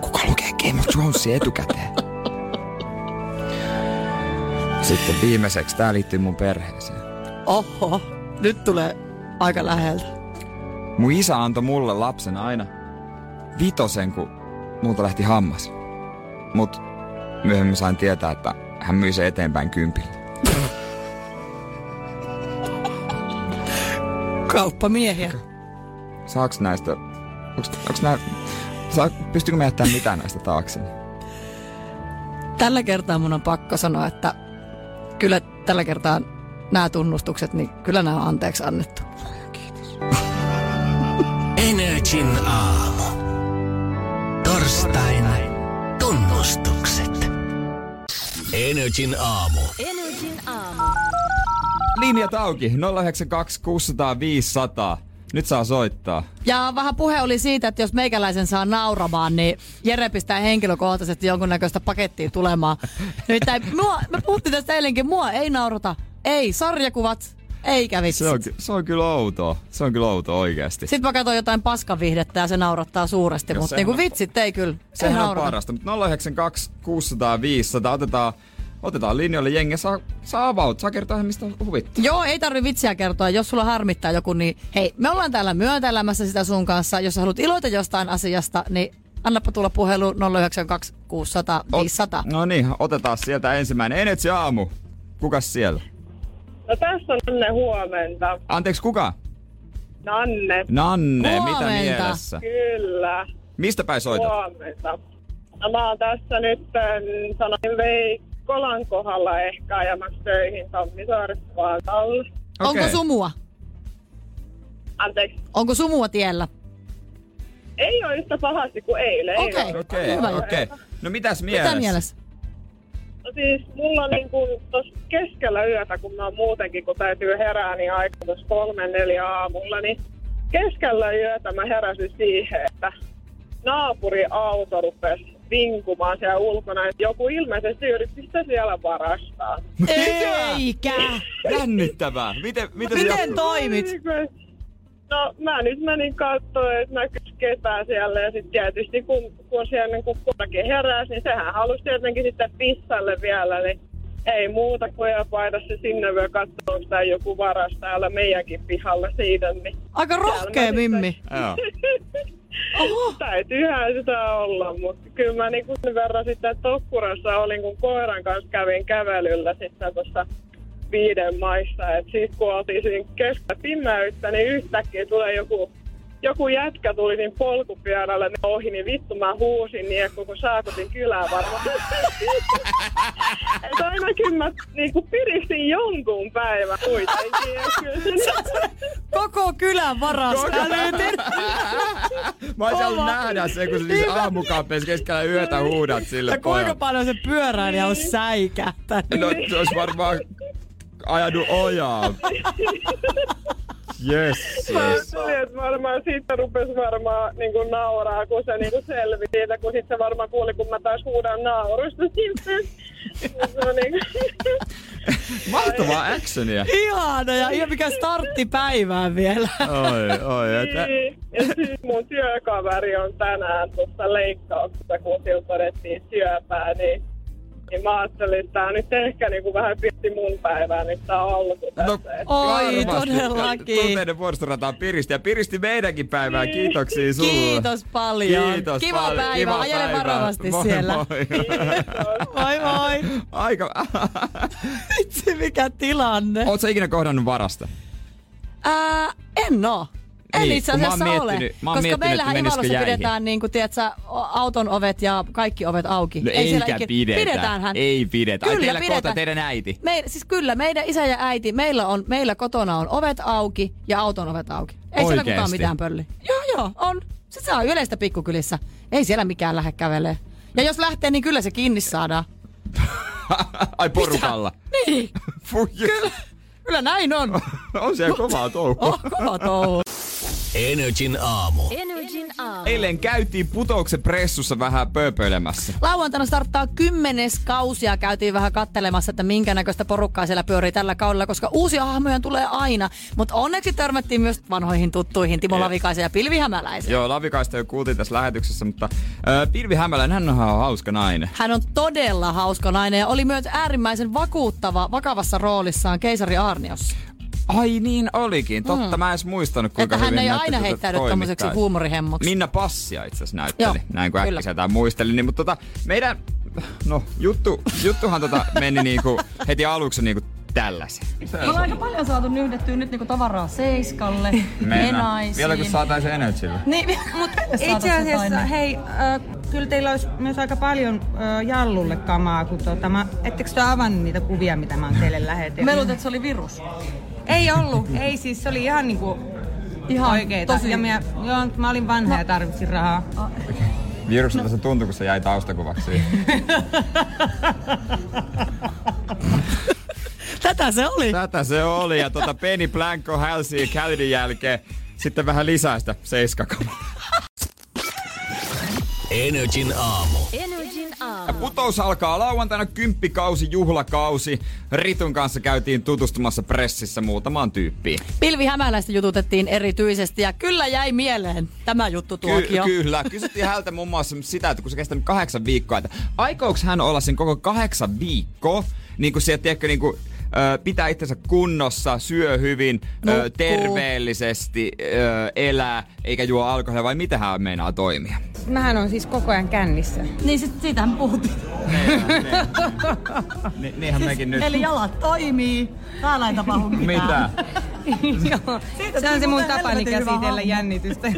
Speaker 3: Kuka lukee Game of Thronesia etukäteen? Sitten viimeiseksi, tää liittyy mun perheeseen.
Speaker 2: Oho, nyt tulee aika läheltä.
Speaker 3: Mun isä antoi mulle lapsen aina vitosen, kun multa lähti hammas. Mut myöhemmin sain tietää, että hän myi se eteenpäin kympillä.
Speaker 2: Kauppamiehiä.
Speaker 3: Saaks näistä... Onks, onks nää, saa, pystykö mä jättämään mitään näistä taakse?
Speaker 2: Tällä kertaa mun on pakko sanoa, että kyllä tällä kertaa nämä tunnustukset, niin kyllä nämä on anteeksi annettu.
Speaker 1: Energin aamu. Torstain tunnustukset. Energin aamu.
Speaker 3: Linjat auki, 092 600 500. Nyt saa soittaa.
Speaker 2: Ja vähän puhe oli siitä, että jos meikäläisen saa nauramaan, niin Jere pistää henkilökohtaisesti jonkunnäköistä pakettia tulemaan. Nyt ei, mua, me puhuttiin tästä eilenkin, mua ei naurata, ei sarjakuvat, eikä vitsit.
Speaker 3: Se on, ky- se on kyllä outoa. Se on kyllä outoa oikeasti.
Speaker 2: Sitten mä katsoin jotain paskavihdettä ja se naurattaa suuresti, mutta
Speaker 3: sehän
Speaker 2: niinku
Speaker 3: on-
Speaker 2: vitsit ei kyllä. ei
Speaker 3: Sehän on
Speaker 2: naurata.
Speaker 3: parasta, mutta 092 600 500 otetaan, otetaan linjoille. Jengi saa, saa avaut, saa kertoa ihan mistä huvittaa.
Speaker 2: Joo, ei tarvi vitsiä kertoa. Jos sulla harmittaa joku, niin hei, me ollaan täällä myöntäelämässä sitä sun kanssa. Jos sä haluat iloita jostain asiasta, niin annapa tulla puhelu 092 600 500.
Speaker 3: No niin, otetaan sieltä ensimmäinen. Energy aamu. Kukas siellä?
Speaker 5: No tässä on Anne huomenta.
Speaker 3: Anteeksi, kuka?
Speaker 5: Anne,
Speaker 3: Nanne,
Speaker 2: Huomenta.
Speaker 3: mitä mielessä?
Speaker 5: kyllä,
Speaker 3: Mistä päin soitat?
Speaker 5: huomenta. No, Mä oon tässä nyt mm, sanoin Veikkolan kohdalla ehkä ajamassa töihin Tammisaaressa Vantalle.
Speaker 2: Okay. Onko
Speaker 3: Okei.
Speaker 2: sumua?
Speaker 5: Anteeksi,
Speaker 2: Onko sumua tiellä?
Speaker 5: ei ole yhtä pahasti kuin eilen. ei
Speaker 2: Okei.
Speaker 5: ole.
Speaker 3: Okei,
Speaker 2: Hyvä
Speaker 3: okay,
Speaker 2: juttu.
Speaker 3: okei. Okay. No mitäs mielessä?
Speaker 2: Mitä mielessä?
Speaker 5: No siis mulla on niin kuin tossa keskellä yötä, kun mä oon muutenkin, kun täytyy herää, niin aika tuossa kolme neljä aamulla, niin keskellä yötä mä heräsin siihen, että naapuriauto rupesi vinkumaan siellä ulkona, että joku ilmeisesti yritti sitä siellä varastaa.
Speaker 2: Eikä!
Speaker 3: Jännittävää. Miten, miten, se
Speaker 2: Miten
Speaker 3: jatkuu?
Speaker 2: toimit?
Speaker 5: Niin kuin, No mä nyt menin katsoa, että näkyisi ketään siellä ja sitten tietysti kun, kun siellä niin kun kuitenkin heräsi, niin sehän halusi tietenkin sitten pissalle vielä, niin ei muuta kuin paita se sinne vielä katsoa, onko tää joku varas täällä meidänkin pihalla siitä, niin
Speaker 2: Aika rohkea
Speaker 5: Täällä mä
Speaker 2: mimmi.
Speaker 3: Joo.
Speaker 2: Oho.
Speaker 5: Oh. täytyyhän sitä olla, mutta kyllä mä niin sen verran sitten Tokkurassa olin, kun koiran kanssa kävin kävelyllä sitten tuossa viiden maissa. Et sit kun oltiin siinä keskellä pimeyttä, niin yhtäkkiä tulee joku, joku jätkä tuli niin polkupyörällä niin ohi, niin vittu mä huusin niin, että koko saakotin kylää varmaan. Et ainakin mä niinku piriksin jonkun päivän kuitenkin. Ja kyllä se-
Speaker 2: Koko kylän varas. Älytin.
Speaker 3: Mä olisin
Speaker 2: Kova.
Speaker 3: halunnut nähdä sen, kun sä siis aamukaappeessa keskellä yötä huudat sille
Speaker 2: Ja kuinka
Speaker 3: pojalle.
Speaker 2: paljon se pyöräilijä on säikähtänyt.
Speaker 3: No se olisi varmaan ajanut ojaa. Yes, yes.
Speaker 5: Mä ajattelin, että varmaan siitä rupesi varmaan niin kuin nauraa, kun se niin kuin selvisi siitä, kun sitten se varmaan kuuli, kun mä taas huudan naurusta sitten. Se on niin kuin-
Speaker 3: Mahtavaa actionia.
Speaker 2: Ihana ja ihan mikä startti päivään vielä.
Speaker 3: Oi, oi. Että...
Speaker 5: Niin. Ja siis mun työkaveri on tänään tuossa leikkauksessa, kun sillä todettiin syöpää, niin, niin mä ajattelin, että tää nyt ehkä niin kuin vähän pisti mun päivää nyt tää alku
Speaker 3: No,
Speaker 5: tässä. Et
Speaker 2: Oi,
Speaker 3: varmasti.
Speaker 2: todellakin. Niin.
Speaker 3: Tunteiden vuoristorataa piristi ja piristi meidänkin päivää. Kiitoksia sulle.
Speaker 2: Kiitos paljon.
Speaker 3: Kiitos
Speaker 2: Kiva
Speaker 3: paljon.
Speaker 2: päivä.
Speaker 3: Kiva
Speaker 2: Ajele
Speaker 3: päivää.
Speaker 2: varovasti
Speaker 3: moi,
Speaker 2: siellä.
Speaker 3: Moi.
Speaker 2: Moi moi.
Speaker 3: Aika.
Speaker 2: Vitsi, mikä tilanne.
Speaker 3: Oletko ikinä kohdannut varasta?
Speaker 2: Ää, Äh, en oo. En
Speaker 3: Niin,
Speaker 2: itse
Speaker 3: kun mä oon
Speaker 2: asiassa ole.
Speaker 3: miettinyt- mä oon
Speaker 2: Koska
Speaker 3: miettinyt,
Speaker 2: meillähän
Speaker 3: menisikö
Speaker 2: Ivalossa
Speaker 3: jäihin.
Speaker 2: pidetään niin kuin, tiedätkö, auton ovet ja kaikki ovet auki.
Speaker 3: No ei
Speaker 2: siellä
Speaker 3: eikä
Speaker 2: ikinä-
Speaker 3: pidetä.
Speaker 2: Pidetäänhän.
Speaker 3: Ei pidetä. Ai
Speaker 2: Kyllä,
Speaker 3: teillä
Speaker 2: pidetään.
Speaker 3: kohta teidän äiti.
Speaker 2: Me, siis kyllä, meidän isä ja äiti, meillä, on, meillä kotona on ovet auki ja auton ovet auki. Ei siellä kukaan
Speaker 3: Oikeesti?
Speaker 2: mitään pölli. Joo, joo, on. Sitten se on yleistä pikkukylissä. Ei siellä mikään lähde kävelee. Ja jos lähtee, niin kyllä se kiinni saadaan.
Speaker 3: Ai porukalla.
Speaker 2: Niin,
Speaker 3: Fuji.
Speaker 2: kyllä näin on.
Speaker 3: On se kovaa touhua.
Speaker 2: Oh, kova touhu.
Speaker 1: Energin aamu.
Speaker 7: Energin aamu.
Speaker 3: Eilen käytiin putouksen pressussa vähän pööpöilemässä.
Speaker 2: Lauantaina starttaa kymmenes kausi ja käytiin vähän kattelemassa, että minkä näköistä porukkaa siellä pyörii tällä kaudella, koska uusia hahmoja tulee aina. Mutta onneksi törmättiin myös vanhoihin tuttuihin, Timo Lavikaisen ja Pilvi Hämäläisen.
Speaker 3: Joo, Lavikaista jo kuultiin tässä lähetyksessä, mutta äh, Pilvi Hämälän, hän on hauska nainen.
Speaker 2: Hän on todella hauska nainen ja oli myös äärimmäisen vakuuttava vakavassa roolissaan keisari Aarniossa.
Speaker 3: Ai niin olikin, totta. Mm. Mä en edes muistanut, kuinka
Speaker 2: Hmm. Että hän
Speaker 3: hyvin
Speaker 2: ei
Speaker 3: näytti
Speaker 2: aina
Speaker 3: tätä
Speaker 2: heittäydy
Speaker 3: toimittajaa.
Speaker 2: tommoseksi huumorihemmoksi.
Speaker 3: Minna Passia itse asiassa näytteli,
Speaker 2: Joo,
Speaker 3: Joo, näin kuin
Speaker 2: kyllä.
Speaker 3: äkkiseltään muistelin. Niin, mutta tota, meidän, no juttu, juttuhan tota meni niinku heti aluksi niinku tällaisen.
Speaker 2: Me ollaan aika paljon saatu nyhdettyä nyt niinku tavaraa Seiskalle, Menaisiin.
Speaker 3: Vielä kun saataisiin Energylle.
Speaker 2: Niin,
Speaker 8: Mutta
Speaker 2: saataisiin
Speaker 8: itse asiassa,
Speaker 2: jotain.
Speaker 8: hei, äh, kyllä teillä olisi myös aika paljon äh, Jallulle kamaa, kun tota, mä, ettekö te avannut niitä kuvia, mitä mä oon teille lähetellyt?
Speaker 2: Melutin, että se oli virus.
Speaker 8: Ei ollut, ei siis, se oli ihan niinku
Speaker 2: Ihan
Speaker 8: ihan oikeeta.
Speaker 2: tosi.
Speaker 8: Ja mä, joo, mä olin vanha
Speaker 2: No.
Speaker 8: ja tarvitsin rahaa.
Speaker 3: Virukselta se tuntui, kun se jäi taustakuvaksi. siihen.
Speaker 2: Tätä se oli.
Speaker 3: Tätä se oli. Ja tota Penny Blanco hälsii Calidin jälkeen. Sitten vähän lisää sitä seiskakamaa.
Speaker 1: Energin aamu.
Speaker 7: Energin
Speaker 3: Ja
Speaker 7: aamu.
Speaker 3: Putous alkaa lauantaina kymppikausi, juhlakausi. Ritun kanssa käytiin tutustumassa pressissä muutamaan tyyppiin.
Speaker 2: Pilvi Hämäläistä jututettiin erityisesti ja kyllä jäi mieleen tämä juttu tuokio.
Speaker 3: kyllä. Kysyttiin hältä muun muassa sitä, että kun se kestää nyt kahdeksan viikkoa, että aikooks hän olla sen koko kahdeksan viikkoa, niin kuin siellä, tiedätkö, niin kuin, ö, pitää itsensä kunnossa, syö hyvin, ö,
Speaker 2: Nukkuu.
Speaker 3: terveellisesti, ö, elää, eikä juo alkoholia, vai mitä hän meinaa toimia?
Speaker 8: Mähän on siis koko ajan kännissä.
Speaker 2: Niin sit siitähän puhuttiin.
Speaker 3: Ni- niinhän mekin nyt.
Speaker 2: Eli jalat toimii, täällä ei tapahdu mitään.
Speaker 3: Mitä?
Speaker 8: Joo. Se on
Speaker 2: tuli
Speaker 8: se mun
Speaker 2: muuten
Speaker 8: tapani
Speaker 2: helvetin hyvä
Speaker 8: käsitellä
Speaker 2: hahmo.
Speaker 8: jännitystä.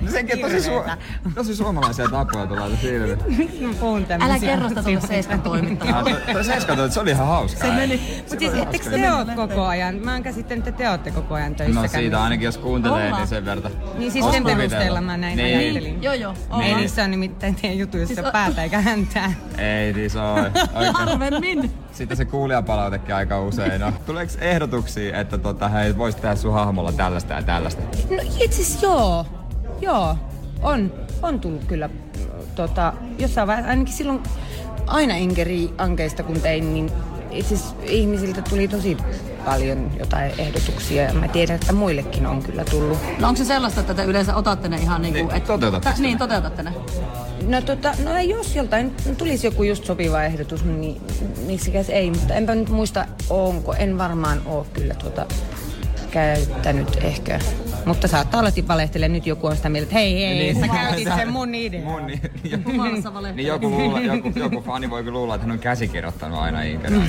Speaker 3: No Senkin on tosi, su- tosi suomalaisia tapoja tuolla silmiin.
Speaker 8: Miksi mä puhun
Speaker 7: Älä
Speaker 8: tämmöisiä?
Speaker 7: kerro sitä tuolle Seiskan toimittajalle.
Speaker 3: Seiska, se oli ihan No, hauska. Se
Speaker 8: Mutta siis ettekö te oot koko ajan? Mä oon käsittänyt, että te ootte koko ajan töissä
Speaker 3: No siitä
Speaker 8: kännissä.
Speaker 3: ainakin jos kuuntelee,
Speaker 2: Ollaan.
Speaker 3: niin sen verran.
Speaker 8: Niin siis
Speaker 3: Vois
Speaker 8: sen
Speaker 3: kuvitella.
Speaker 8: perusteella mä näin
Speaker 3: niin.
Speaker 8: ajattelin.
Speaker 2: Joo joo.
Speaker 8: Ei
Speaker 3: Niin.
Speaker 8: niissä on nimittäin teidän jutuissa
Speaker 2: Siis o-
Speaker 8: päätä eikä häntää.
Speaker 3: Ei niin se on. Oikein.
Speaker 2: Harvemmin.
Speaker 3: Sitten se kuulijapalautekin aika usein. No, tuleeko ehdotuksia, että tota, hei, voisit tehdä sun hahmolla tällaista ja tällaista?
Speaker 8: No itse asiassa joo. Joo. On, on tullut kyllä tota, jossain vaiheessa, ainakin silloin aina inkeri ankeista kun tein, niin itse asiassa ihmisiltä tuli tosi paljon jotain ehdotuksia ja mä tiedän, että muillekin on kyllä tullut.
Speaker 2: No onko se sellaista, että te yleensä otatte ne ihan niinku...
Speaker 3: Niin, toteutatte sitä.
Speaker 2: Niin, toteutatte ne.
Speaker 8: No tota, no ei, jos joltain tulisi joku just sopiva ehdotus, niin miksikäs ei, mutta enpä nyt muista onko, en varmaan oo kyllä tuota käyttänyt ehkä. Mutta saattaa olla, että valehtelen nyt joku on sitä mieltä, että hei hei, niin, sä käytit sen mun idean.
Speaker 3: Mun, niin, joku,
Speaker 2: Kumarassa valehtelee.
Speaker 3: niin joku, luula, joku, joku fani voikin luulla, että hän on käsikirjoittanut aina Inkerin.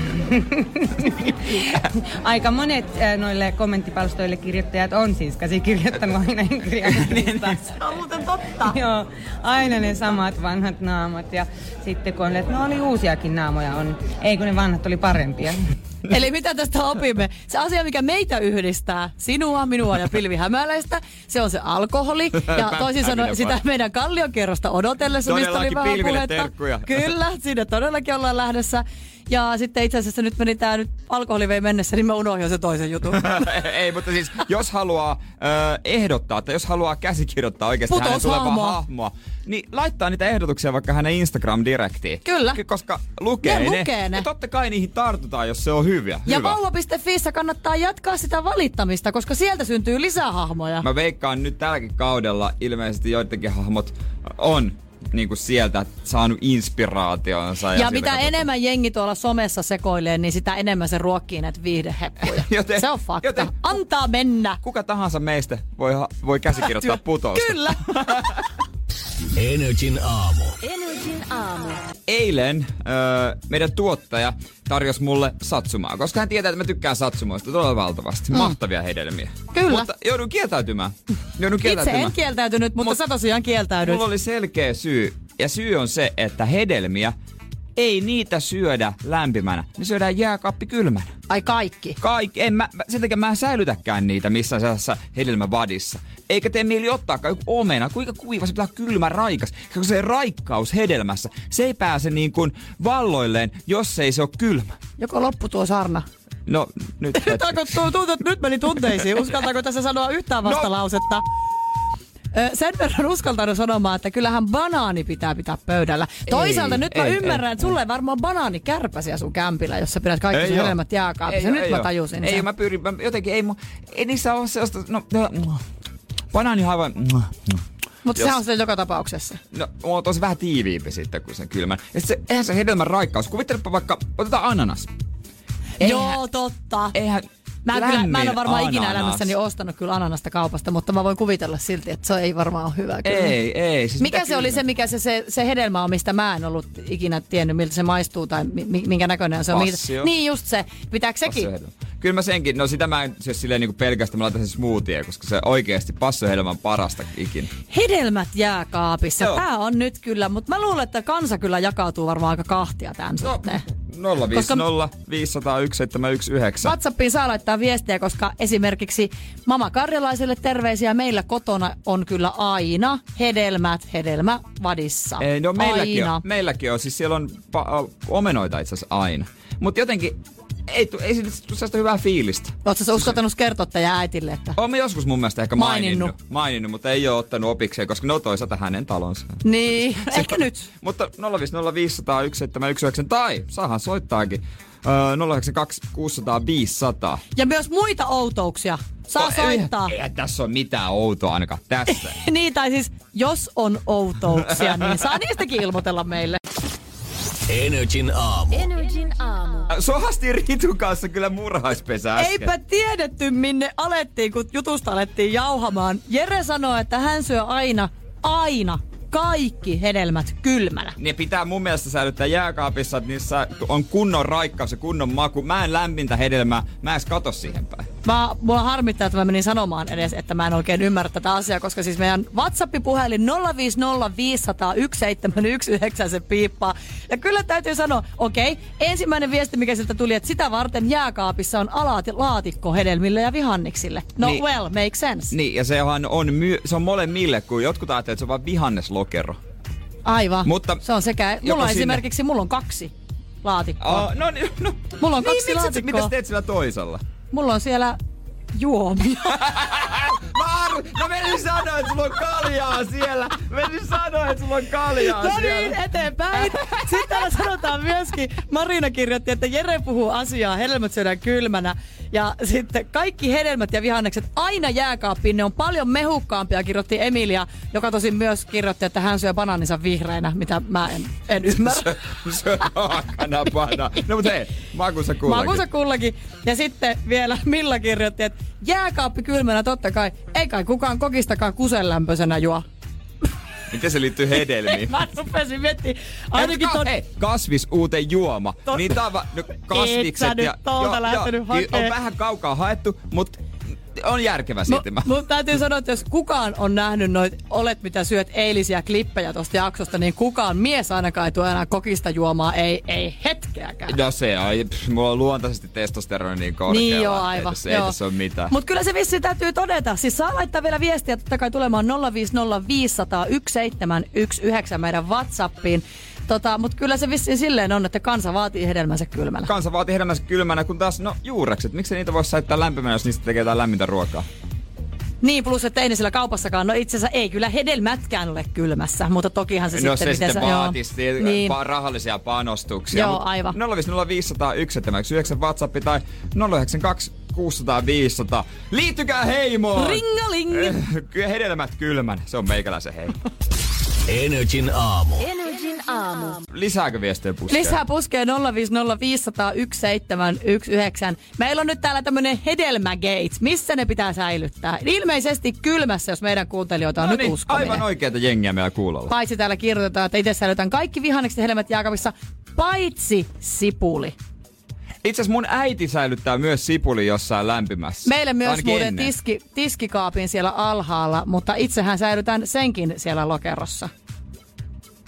Speaker 8: Aika monet äh, noille kommenttipalstoille kirjoittajat on siis käsikirjoittanut aina inkriaanista.
Speaker 2: Niin, Se on muuten totta.
Speaker 8: Joo, aina ne samat vanhat naamat ja sitten kun on, että no oli uusiakin naamoja on, ei kun ne vanhat oli parempia.
Speaker 2: Eli mitä tästä opimme? Se asia, mikä meitä yhdistää, sinua, minua ja Pilvi Hämäläistä, se on se alkoholi. Ja toisin sanoen
Speaker 3: Pähkinänpari.
Speaker 2: sitä meidän kalliokierrosta odotellessa, mistä oli
Speaker 3: Todellakin
Speaker 2: vähän
Speaker 3: Pilville
Speaker 2: puhetta.
Speaker 3: terkkuja.
Speaker 2: Kyllä, sinne todellakin ollaan lähdössä. Ja sitten itse asiassa nyt meni tää nyt alkoholi vei mennessä, niin mä unohdin se toisen jutun.
Speaker 3: Ei, mutta siis jos haluaa ö, ehdottaa, tai jos haluaa käsikirjoittaa oikeasti hänen tulevaa
Speaker 2: Putoushahmoa.
Speaker 3: hahmoa, niin laittaa niitä ehdotuksia vaikka hänen Instagram-direktiin.
Speaker 2: Kyllä.
Speaker 3: Ky- Koska lukee
Speaker 2: Ne
Speaker 3: ne.
Speaker 2: lukee ne.
Speaker 3: Ja totta kai niihin tartutaan, jos se on hyviä.
Speaker 2: Ja
Speaker 3: hyvä.
Speaker 2: vauva.fiissä kannattaa jatkaa sitä valittamista, koska sieltä syntyy lisää hahmoja.
Speaker 3: Mä veikkaan nyt tälläkin kaudella ilmeisesti joidenkin hahmot on niin kuin sieltä saanut inspiraationsa.
Speaker 2: Ja
Speaker 3: siltä
Speaker 2: mitä
Speaker 3: kautta-
Speaker 2: enemmän jengi tuolla somessa sekoilee, niin sitä enemmän se ruokkii näitä viihdeheppuja.
Speaker 3: Joten-
Speaker 2: se on fakta.
Speaker 3: joten-
Speaker 2: Antaa mennä.
Speaker 3: Kuka tahansa meistä voi, ha- voi käsikirjoittaa putousta.
Speaker 2: Kyllä.
Speaker 1: Energin aamu.
Speaker 7: Energin aamu.
Speaker 3: eilen öö, meidän tuottaja tarjosi mulle satsumaa, koska hän tietää, että mä tykkään satsumoista todella valtavasti. Mm. Mahtavia hedelmiä.
Speaker 2: Kyllä.
Speaker 3: Mutta joudun kieltäytymään. Joudun
Speaker 2: Itse
Speaker 3: kieltäytymään.
Speaker 2: en kieltäytynyt, mutta
Speaker 3: Mut-
Speaker 2: sä tosiaan kieltäydyt.
Speaker 3: Mulla oli selkeä syy, ja syy on se, että hedelmiä ei niitä syödä lämpimänä. Ne syödään jääkaappi kylmänä.
Speaker 2: Ai kaikki.
Speaker 3: Kaikki, en mä, mä- sen takia mä en säilytäkään niitä missään sellaisessa hedelmävadissa. Eikä tee mieli ottaakaan joku omena, kuinka kuiva se pitää olla kylmä raikas. Koska se raikkaus hedelmässä, se ei pääse niin kuin valloilleen, jos ei se ole kylmä.
Speaker 2: Joko loppu tuo sarna?
Speaker 3: No, nyt...
Speaker 2: Nyt alkoi tu- tuntuu, että nyt meni tunteisiin. Uskaltaako tässä sanoa yhtään
Speaker 3: No.
Speaker 2: vastalausetta? Ö, Sen verran uskaltanut sanomaan, että kyllähän banaani pitää pitää pöydällä. Toisaalta nyt mä
Speaker 3: ei,
Speaker 2: ymmärrän,
Speaker 3: ei,
Speaker 2: että sulle ei varmaan banaanikärpäsiä sun kämpillä, jos sä pidät kaikki
Speaker 3: Ei
Speaker 2: sun
Speaker 3: oo.
Speaker 2: hedelmät jääkaapissa.
Speaker 3: oo,
Speaker 2: Nyt mä
Speaker 3: oo.
Speaker 2: tajusin
Speaker 3: Ei,
Speaker 2: sen.
Speaker 3: oo, mä pyrin, mä, jotenkin ei, mu- ei niissä ole sellaista, no, no banaani haivan,
Speaker 2: Mutta
Speaker 3: jos-
Speaker 2: sehän on se joka tapauksessa.
Speaker 3: no, on tosi vähän tiiviimpi sitten kuin sen kylmän. Ja sit se, eihän se hedelmän raikkaus, kuvittelepa vaikka, otetaan ananas.
Speaker 2: Joo, totta.
Speaker 3: Eihän
Speaker 2: Mä en, kyllä, mä en ole
Speaker 3: lämmin
Speaker 2: varmaan ikinä
Speaker 3: ananas.
Speaker 2: elämässäni ostanut kyllä ananasta kaupasta, mutta mä voin kuvitella silti, että se ei varmaan ole hyvä. Kyllä.
Speaker 3: Ei, ei. Siis
Speaker 2: Mikä
Speaker 3: mitä
Speaker 2: se oli se,
Speaker 3: kylmä?
Speaker 2: mikä se, se, se hedelmä on, mistä mä en ollut ikinä tiennyt, miltä se maistuu tai mi, minkä näköinen se on? Mikä-
Speaker 3: Passio.
Speaker 2: Niin just se. Pitääkö sekin?
Speaker 3: Passohedelmä. Kyllä mä senkin, no sitä mä en syö silleen niinku pelkästään, mä laitan sen smoothie, koska se oikeasti passohedelmä on parasta ikinä.
Speaker 2: Hedelmät jääkaapissa.
Speaker 3: Joo.
Speaker 2: Tää on nyt kyllä, mutta mä luulen, että kansa kyllä jakautuu varmaan aika kahtia tämän
Speaker 3: No,
Speaker 2: suhteen.
Speaker 3: 050 501 719.
Speaker 2: WhatsAppiin saa laittaa viestiä, koska esimerkiksi Mama Karjalaiselle terveisiä. Meillä kotona on kyllä aina hedelmät hedelmä vadissa.
Speaker 3: Ei, no meilläkin
Speaker 2: aina.
Speaker 3: on, meilläkin on. Siis siellä on pa- o- omenoita itse asiassa aina. Mutta jotenkin ei, tu- ei siitä tule sellaista hyvää fiilistä.
Speaker 2: Oletko sä uskaltanut kertoa teidän äitille, että...
Speaker 3: Olemme joskus mun mielestä ehkä
Speaker 2: Maininnut.
Speaker 3: maininnut, maininnut. mutta ei ole ottanut opikseen, koska ne on toisaalta hänen talonsa.
Speaker 2: Niin, ehkä nyt.
Speaker 3: Mutta 050501719 tai saahan soittaakin öö, 092 600 500.
Speaker 2: Ja myös muita outouksia. Saa
Speaker 3: No,
Speaker 2: soittaa.
Speaker 3: Ei, ei tässä ole mitään outoa ainakaan tässä.
Speaker 2: niin, tai siis jos on outouksia, niin saa niistäkin ilmoitella meille.
Speaker 1: Energin aamu.
Speaker 7: Energin aamu.
Speaker 3: Sohasti Ritun kanssa kyllä murhaispesä äsken.
Speaker 2: Eipä tiedetty, minne alettiin, kun jutusta alettiin jauhamaan. Jere sanoi, että hän syö aina, aina kaikki hedelmät kylmänä.
Speaker 3: Ne pitää mun mielestä säilyttää jääkaapissa, että niissä on kunnon raikkaus ja kunnon maku. Mä en lämmintä hedelmää, mä en edes kato siihen päin.
Speaker 2: Mä, mua harmittaa, että mä menin sanomaan edes, että mä en oikein ymmärrä tätä asiaa, koska siis meidän WhatsApp-puhelin 050501719 se piippaa. Ja kyllä täytyy sanoa, okei, ensimmäinen viesti, mikä sieltä tuli, että sitä varten jääkaapissa on alati laatikko hedelmille ja vihanniksille. No niin.
Speaker 3: Niin.
Speaker 2: well, makes sense. Niin.
Speaker 3: Niin, ja sehän on, my- se on molemmille, kun jotkut ajattelee, että se on vaan vihanneslokero.
Speaker 2: Aivan, Mutta
Speaker 3: Mutta
Speaker 2: se on sekä,
Speaker 3: joko
Speaker 2: mulla on
Speaker 3: sinne-
Speaker 2: esimerkiksi, mulla on kaksi laatikkoa.
Speaker 3: Oh, no, niin, no.
Speaker 2: Mulla on
Speaker 3: niin,
Speaker 2: kaksi
Speaker 3: miksi et sä-
Speaker 2: laatikkoa.
Speaker 3: Mitä sä teet sillä toisella?
Speaker 2: Mulla on siellä juomia.
Speaker 3: Mä arv... No menin sanoa, että sulla on kaljaa siellä. Menin sanoa, että sulla on kaljaa
Speaker 2: No niin,
Speaker 3: siellä.
Speaker 2: eteenpäin. Sitten täällä sanotaan myöskin, Marina kirjoitti, että Jere puhuu asiaa, hedelmät syödään kylmänä. Ja sitten kaikki hedelmät ja vihannekset aina jääkaappiin, ne on paljon mehukkaampia, kirjoitti Emilia, joka tosin myös kirjoitti, että hän syö banaaninsa vihreinä, mitä mä en, en ymmärrä.
Speaker 3: Se on haakana pana. No mutta hei, makuunsa kuullakin.
Speaker 2: Makuunsa kullakin. Ja sitten vielä Milla kirjoitti, että jääkaappi kylmänä totta kai, ei kai kukaan kokistakaan kusenlämpöisenä juo.
Speaker 3: Miten se liittyy hedelmiin?
Speaker 2: Mä rupesin miettimään,
Speaker 3: Ainakin
Speaker 2: ainakin ton...
Speaker 3: hei, kasvis uuteen juoma.
Speaker 2: Tot-
Speaker 3: Niin tää on va- no,
Speaker 2: Et sä
Speaker 3: kasvikset
Speaker 2: nyt
Speaker 3: ja...
Speaker 2: tolta lähtenyt
Speaker 3: niin
Speaker 2: hakee.
Speaker 3: On vähän kaukaa haettu, mutta on järkevä siirtymä.
Speaker 2: Mun täytyy sanoa, että jos kukaan on nähnyt noit olet mitä syöt eilisiä klippejä tosta jaksosta, niin kukaan mies ainakaan ei tule enää kokista juomaa, ei, ei hetkeäkään.
Speaker 3: No se on, pff, mulla on luontaisesti testosteroni niin korkealla.
Speaker 2: Niin joo,
Speaker 3: että
Speaker 2: aivan.
Speaker 3: Ei, ei
Speaker 2: joo.
Speaker 3: tässä ole mitään.
Speaker 2: Mut kyllä se vissiin täytyy todeta. Siis saa laittaa vielä viestiä totta kai tulemaan 050501719 meidän Whatsappiin. Tota, mut kyllä se vissiin silleen on, että kansa vaatii hedelmänsä kylmällä.
Speaker 3: Kansa vaatii hedelmänsä kylmänä, kun taas, no juurekset, miksei niitä voi säättää lämpimänä, jos niistä tekee jotain lämmintä ruokaa?
Speaker 2: Niin, plus että ei ne siellä kaupassakaan, no itse asiassa ei kyllä hedelmätkään ole kylmässä, mutta tokihan se
Speaker 3: no
Speaker 2: sitten...
Speaker 3: se
Speaker 2: miten
Speaker 3: sitten
Speaker 2: sä- joo.
Speaker 3: vaatisi niin. rahallisia panostuksia.
Speaker 2: Joo,
Speaker 3: mut
Speaker 2: aivan.
Speaker 3: 050501719 WhatsApp tai 092 600 500. Liittykää heimoon!
Speaker 2: Ringaling!
Speaker 3: Kyllä hedelmät kylmän, se on meikäläisen hei.
Speaker 1: Energin aamu.
Speaker 7: Energin aamu.
Speaker 3: Lisääkö viestejä puskeen?
Speaker 2: Lisää puskee 050501719. Meillä on nyt täällä tämmönen hedelmägate. Missä ne pitää säilyttää? Ilmeisesti kylmässä, jos meidän kuuntelijoita on
Speaker 3: No
Speaker 2: nyt
Speaker 3: niin,
Speaker 2: uskominen.
Speaker 3: aivan oikeita jengiä meillä kuulolla.
Speaker 2: Paitsi täällä kirjoitetaan, että itse säilytän kaikki vihannekset ja hedelmät jääkaapissa, paitsi sipuli.
Speaker 3: Itse asiassa mun äiti säilyttää myös sipuli jossain lämpimässä.
Speaker 2: Meillä myös
Speaker 3: Ainakin
Speaker 2: muuten
Speaker 3: ennen.
Speaker 2: tiski, tiskikaapin siellä alhaalla, mutta itsehän säilytän senkin siellä lokerossa.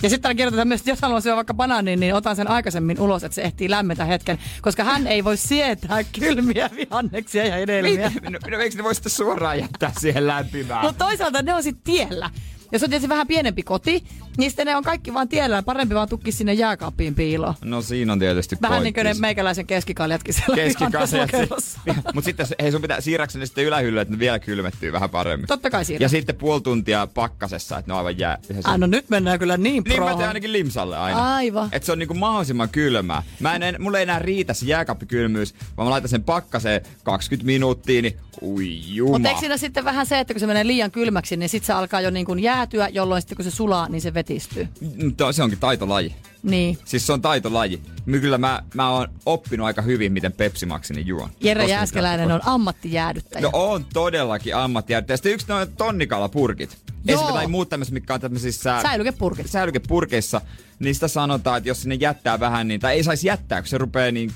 Speaker 2: Ja sitten täällä kirjoitetaan myös, että jos haluan syödä vaikka banaanin, niin otan sen aikaisemmin ulos, että se ehtii lämmetä hetken, koska hän ei voi sietää kylmiä vihanneksia ja edelmiä.
Speaker 3: Mitä? No, no eikö ne voi sitä suoraan jättää siihen lämpimään?
Speaker 2: Mutta toisaalta ne on sitten tiellä. Jos on tietysti vähän pienempi koti, niin sitten ne on kaikki vaan tiellä. Parempi vaan tukki sinne jääkaappiin piiloon.
Speaker 3: No siinä on tietysti
Speaker 2: Vähän niin
Speaker 3: pointtinsa.
Speaker 2: kuin ne meikäläisen keskikaljatkin siellä
Speaker 3: keskikaseet.
Speaker 2: vihanneksen
Speaker 3: Mutta sitten hei, sun pitää siirräksä ne sitten ylähyllylle, että ne vielä kylmettyy vähän paremmin.
Speaker 2: Totta kai siinä.
Speaker 3: Ja sitten puoli tuntia pakkasessa, että ne on aivan jää.
Speaker 2: Ah, no nyt mennään kyllä niin
Speaker 3: niin mä
Speaker 2: proon.
Speaker 3: teen ainakin limsalle aina.
Speaker 2: Aivan.
Speaker 3: Et se on niinku mahdollisimman kylmää. Mä en, en, mulle ei enää riitä se jääkaappikylmyys, vaan mä laitan sen pakkaseen 20 minuuttia, niin ui juma.
Speaker 2: Mutta eikö siinä sitten vähän se, että kun se menee liian kylmäksi, niin sitten se alkaa jo niin kuin jäätyä, jolloin sitten kun se sulaa, niin se vetistyy.
Speaker 3: Mutta Mm, se onkin taitolaji.
Speaker 2: Niin.
Speaker 3: Siis se on taitolaji. My- Kyllä mä, mä oon oppinut aika hyvin, miten pepsimaksini juon.
Speaker 2: Jere
Speaker 3: Koska-
Speaker 2: Jääskeläinen on ammattijäädyttäjä.
Speaker 3: No on todellakin ammattijärjestelmä. Sitten yksi noin tonnikalapurkit.
Speaker 2: Joo.
Speaker 3: Esimerkiksi tai muut tämmöiset, mitkä on tämmöisissä...
Speaker 2: Säilykepurkit.
Speaker 3: Säilykepurkeissa. Niin sitä sanotaan, että jos sinne jättää vähän, niin... Tai ei saisi jättää, kun se rupeaa niin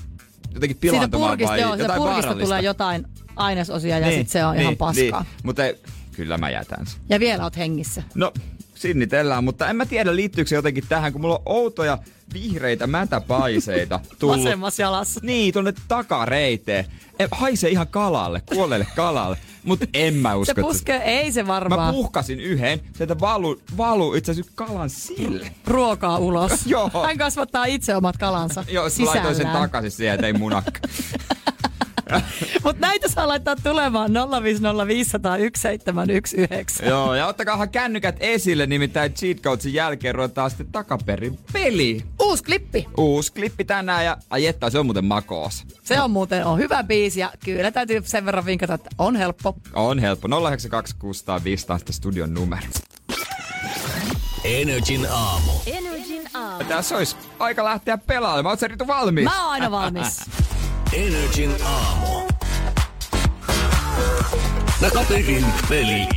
Speaker 3: jotenkin
Speaker 2: Siitä
Speaker 3: pilaantumaan
Speaker 2: purkista,
Speaker 3: vai
Speaker 2: joo, siitä
Speaker 3: jotain
Speaker 2: purkista
Speaker 3: vaarallista. Niin,
Speaker 2: tulee jotain ainesosia ja sitten se on ihan paskaa.
Speaker 3: Mutta ei- kyllä mä jätän sen.
Speaker 2: Ja vielä oot hengissä.
Speaker 3: No, sinnitellään, mutta en mä tiedä liittyykö se jotenkin tähän, kun mulla on outoja vihreitä mätäpaiseita tullut
Speaker 2: Vasemmassa jalassa.
Speaker 3: Niin, tuonne takareiteen. E, haisee ihan kalalle, kuolleelle kalalle. Mut en mä usko.
Speaker 2: Se
Speaker 3: että-
Speaker 2: puskee, ei se
Speaker 3: Mä
Speaker 2: varmaan.
Speaker 3: puhkasin yhden, sieltä valu, valu itse asiassa kalan sille.
Speaker 2: Ruokaa ulos.
Speaker 3: Joo.
Speaker 2: Hän kasvattaa itse omat kalansa
Speaker 3: Joo, sit mä laitoin sen
Speaker 2: sisällään.
Speaker 3: takaisin sieltä, ei munakka.
Speaker 2: Mutta näitä saa laittaa tulemaan 050501719.
Speaker 3: Joo, ja ottakaahan kännykät esille, nimittäin cheat codesin jälkeen ruvetaan sitten takaperin peli.
Speaker 2: Uusi klippi.
Speaker 3: Uusi klippi tänään ja ai että, se on muuten makoos.
Speaker 2: Se on muuten on hyvä biisi ja kyllä täytyy sen verran vinkata, että on helppo.
Speaker 3: On helppo. 092605 on sitten studion numero.
Speaker 1: Energin aamu.
Speaker 7: Energin aamu.
Speaker 3: Tässä olisi aika lähteä pelaamaan. Oletko Ritu valmis?
Speaker 2: Mä oon aina valmis.
Speaker 1: Energin aamu. Takaperin peli.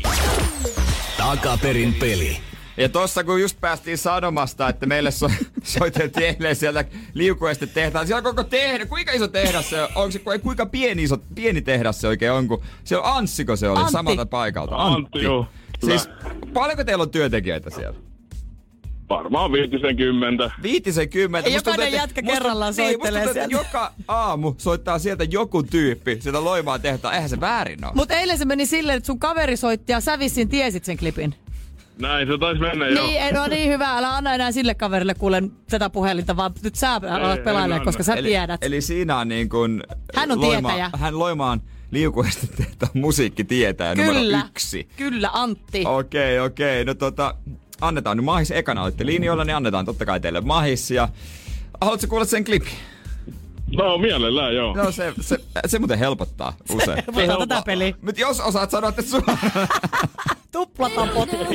Speaker 1: Takaperin peli.
Speaker 3: Ja tossa kun just päästiin sanomasta, että meille so- soiteltiin eilen sieltä liukueste tehtaan. niin Siellä on koko tehdas, kuinka iso tehdas se on? Onko se, ku- kuinka pieni, iso, pieni tehdas se oikein on? Kun se on Anssiko se oli
Speaker 2: Antti.
Speaker 3: samalta paikalta.
Speaker 6: Antti, joo.
Speaker 3: Siis paljonko teillä on työntekijöitä siellä?
Speaker 6: Varmaan 50.
Speaker 3: Viitisenkymmentä.
Speaker 2: Ei
Speaker 3: Musta
Speaker 2: jokainen
Speaker 3: että-
Speaker 2: jätkä
Speaker 3: musta-
Speaker 2: kerrallaan
Speaker 3: niin, musta
Speaker 2: soittelee
Speaker 3: tuntuu, että
Speaker 2: sieltä.
Speaker 3: joka aamu soittaa sieltä joku tyyppi sieltä loimaan tehtaan. Eihän se väärin ole.
Speaker 2: Mutta eilen se meni silleen, että sun kaveri soitti ja sä vissiin tiesit sen klipin.
Speaker 6: Näin se taisi mennä
Speaker 2: Joo.
Speaker 6: joo.
Speaker 2: Niin, ei, no niin hyvä, älä anna enää sille kaverille kuulen tätä puhelinta, vaan nyt sä alat
Speaker 6: en
Speaker 2: pelailemaan,
Speaker 6: anna.
Speaker 2: koska sä
Speaker 3: eli,
Speaker 2: tiedät.
Speaker 3: Eli siinä on niin kuin...
Speaker 2: Hän on
Speaker 3: loima,
Speaker 2: tietäjä.
Speaker 3: Hän loimaan liukuesti tehtaan musiikkitietäjä numero yksi. Oh,
Speaker 2: Kyllä, Antti.
Speaker 3: Okei, okei. No tota, annetaan nyt mahis. Ekana olette linjoilla, niin annetaan totta kai teille mahis. Ja haluatko kuulla sen klipin?
Speaker 6: No mielellään joo.
Speaker 3: No se, se, se muuten helpottaa usein.
Speaker 2: Mutta tätä peliä.
Speaker 3: Mutta jos osaat sanoa, että suoraan.
Speaker 2: Tuplataan potku.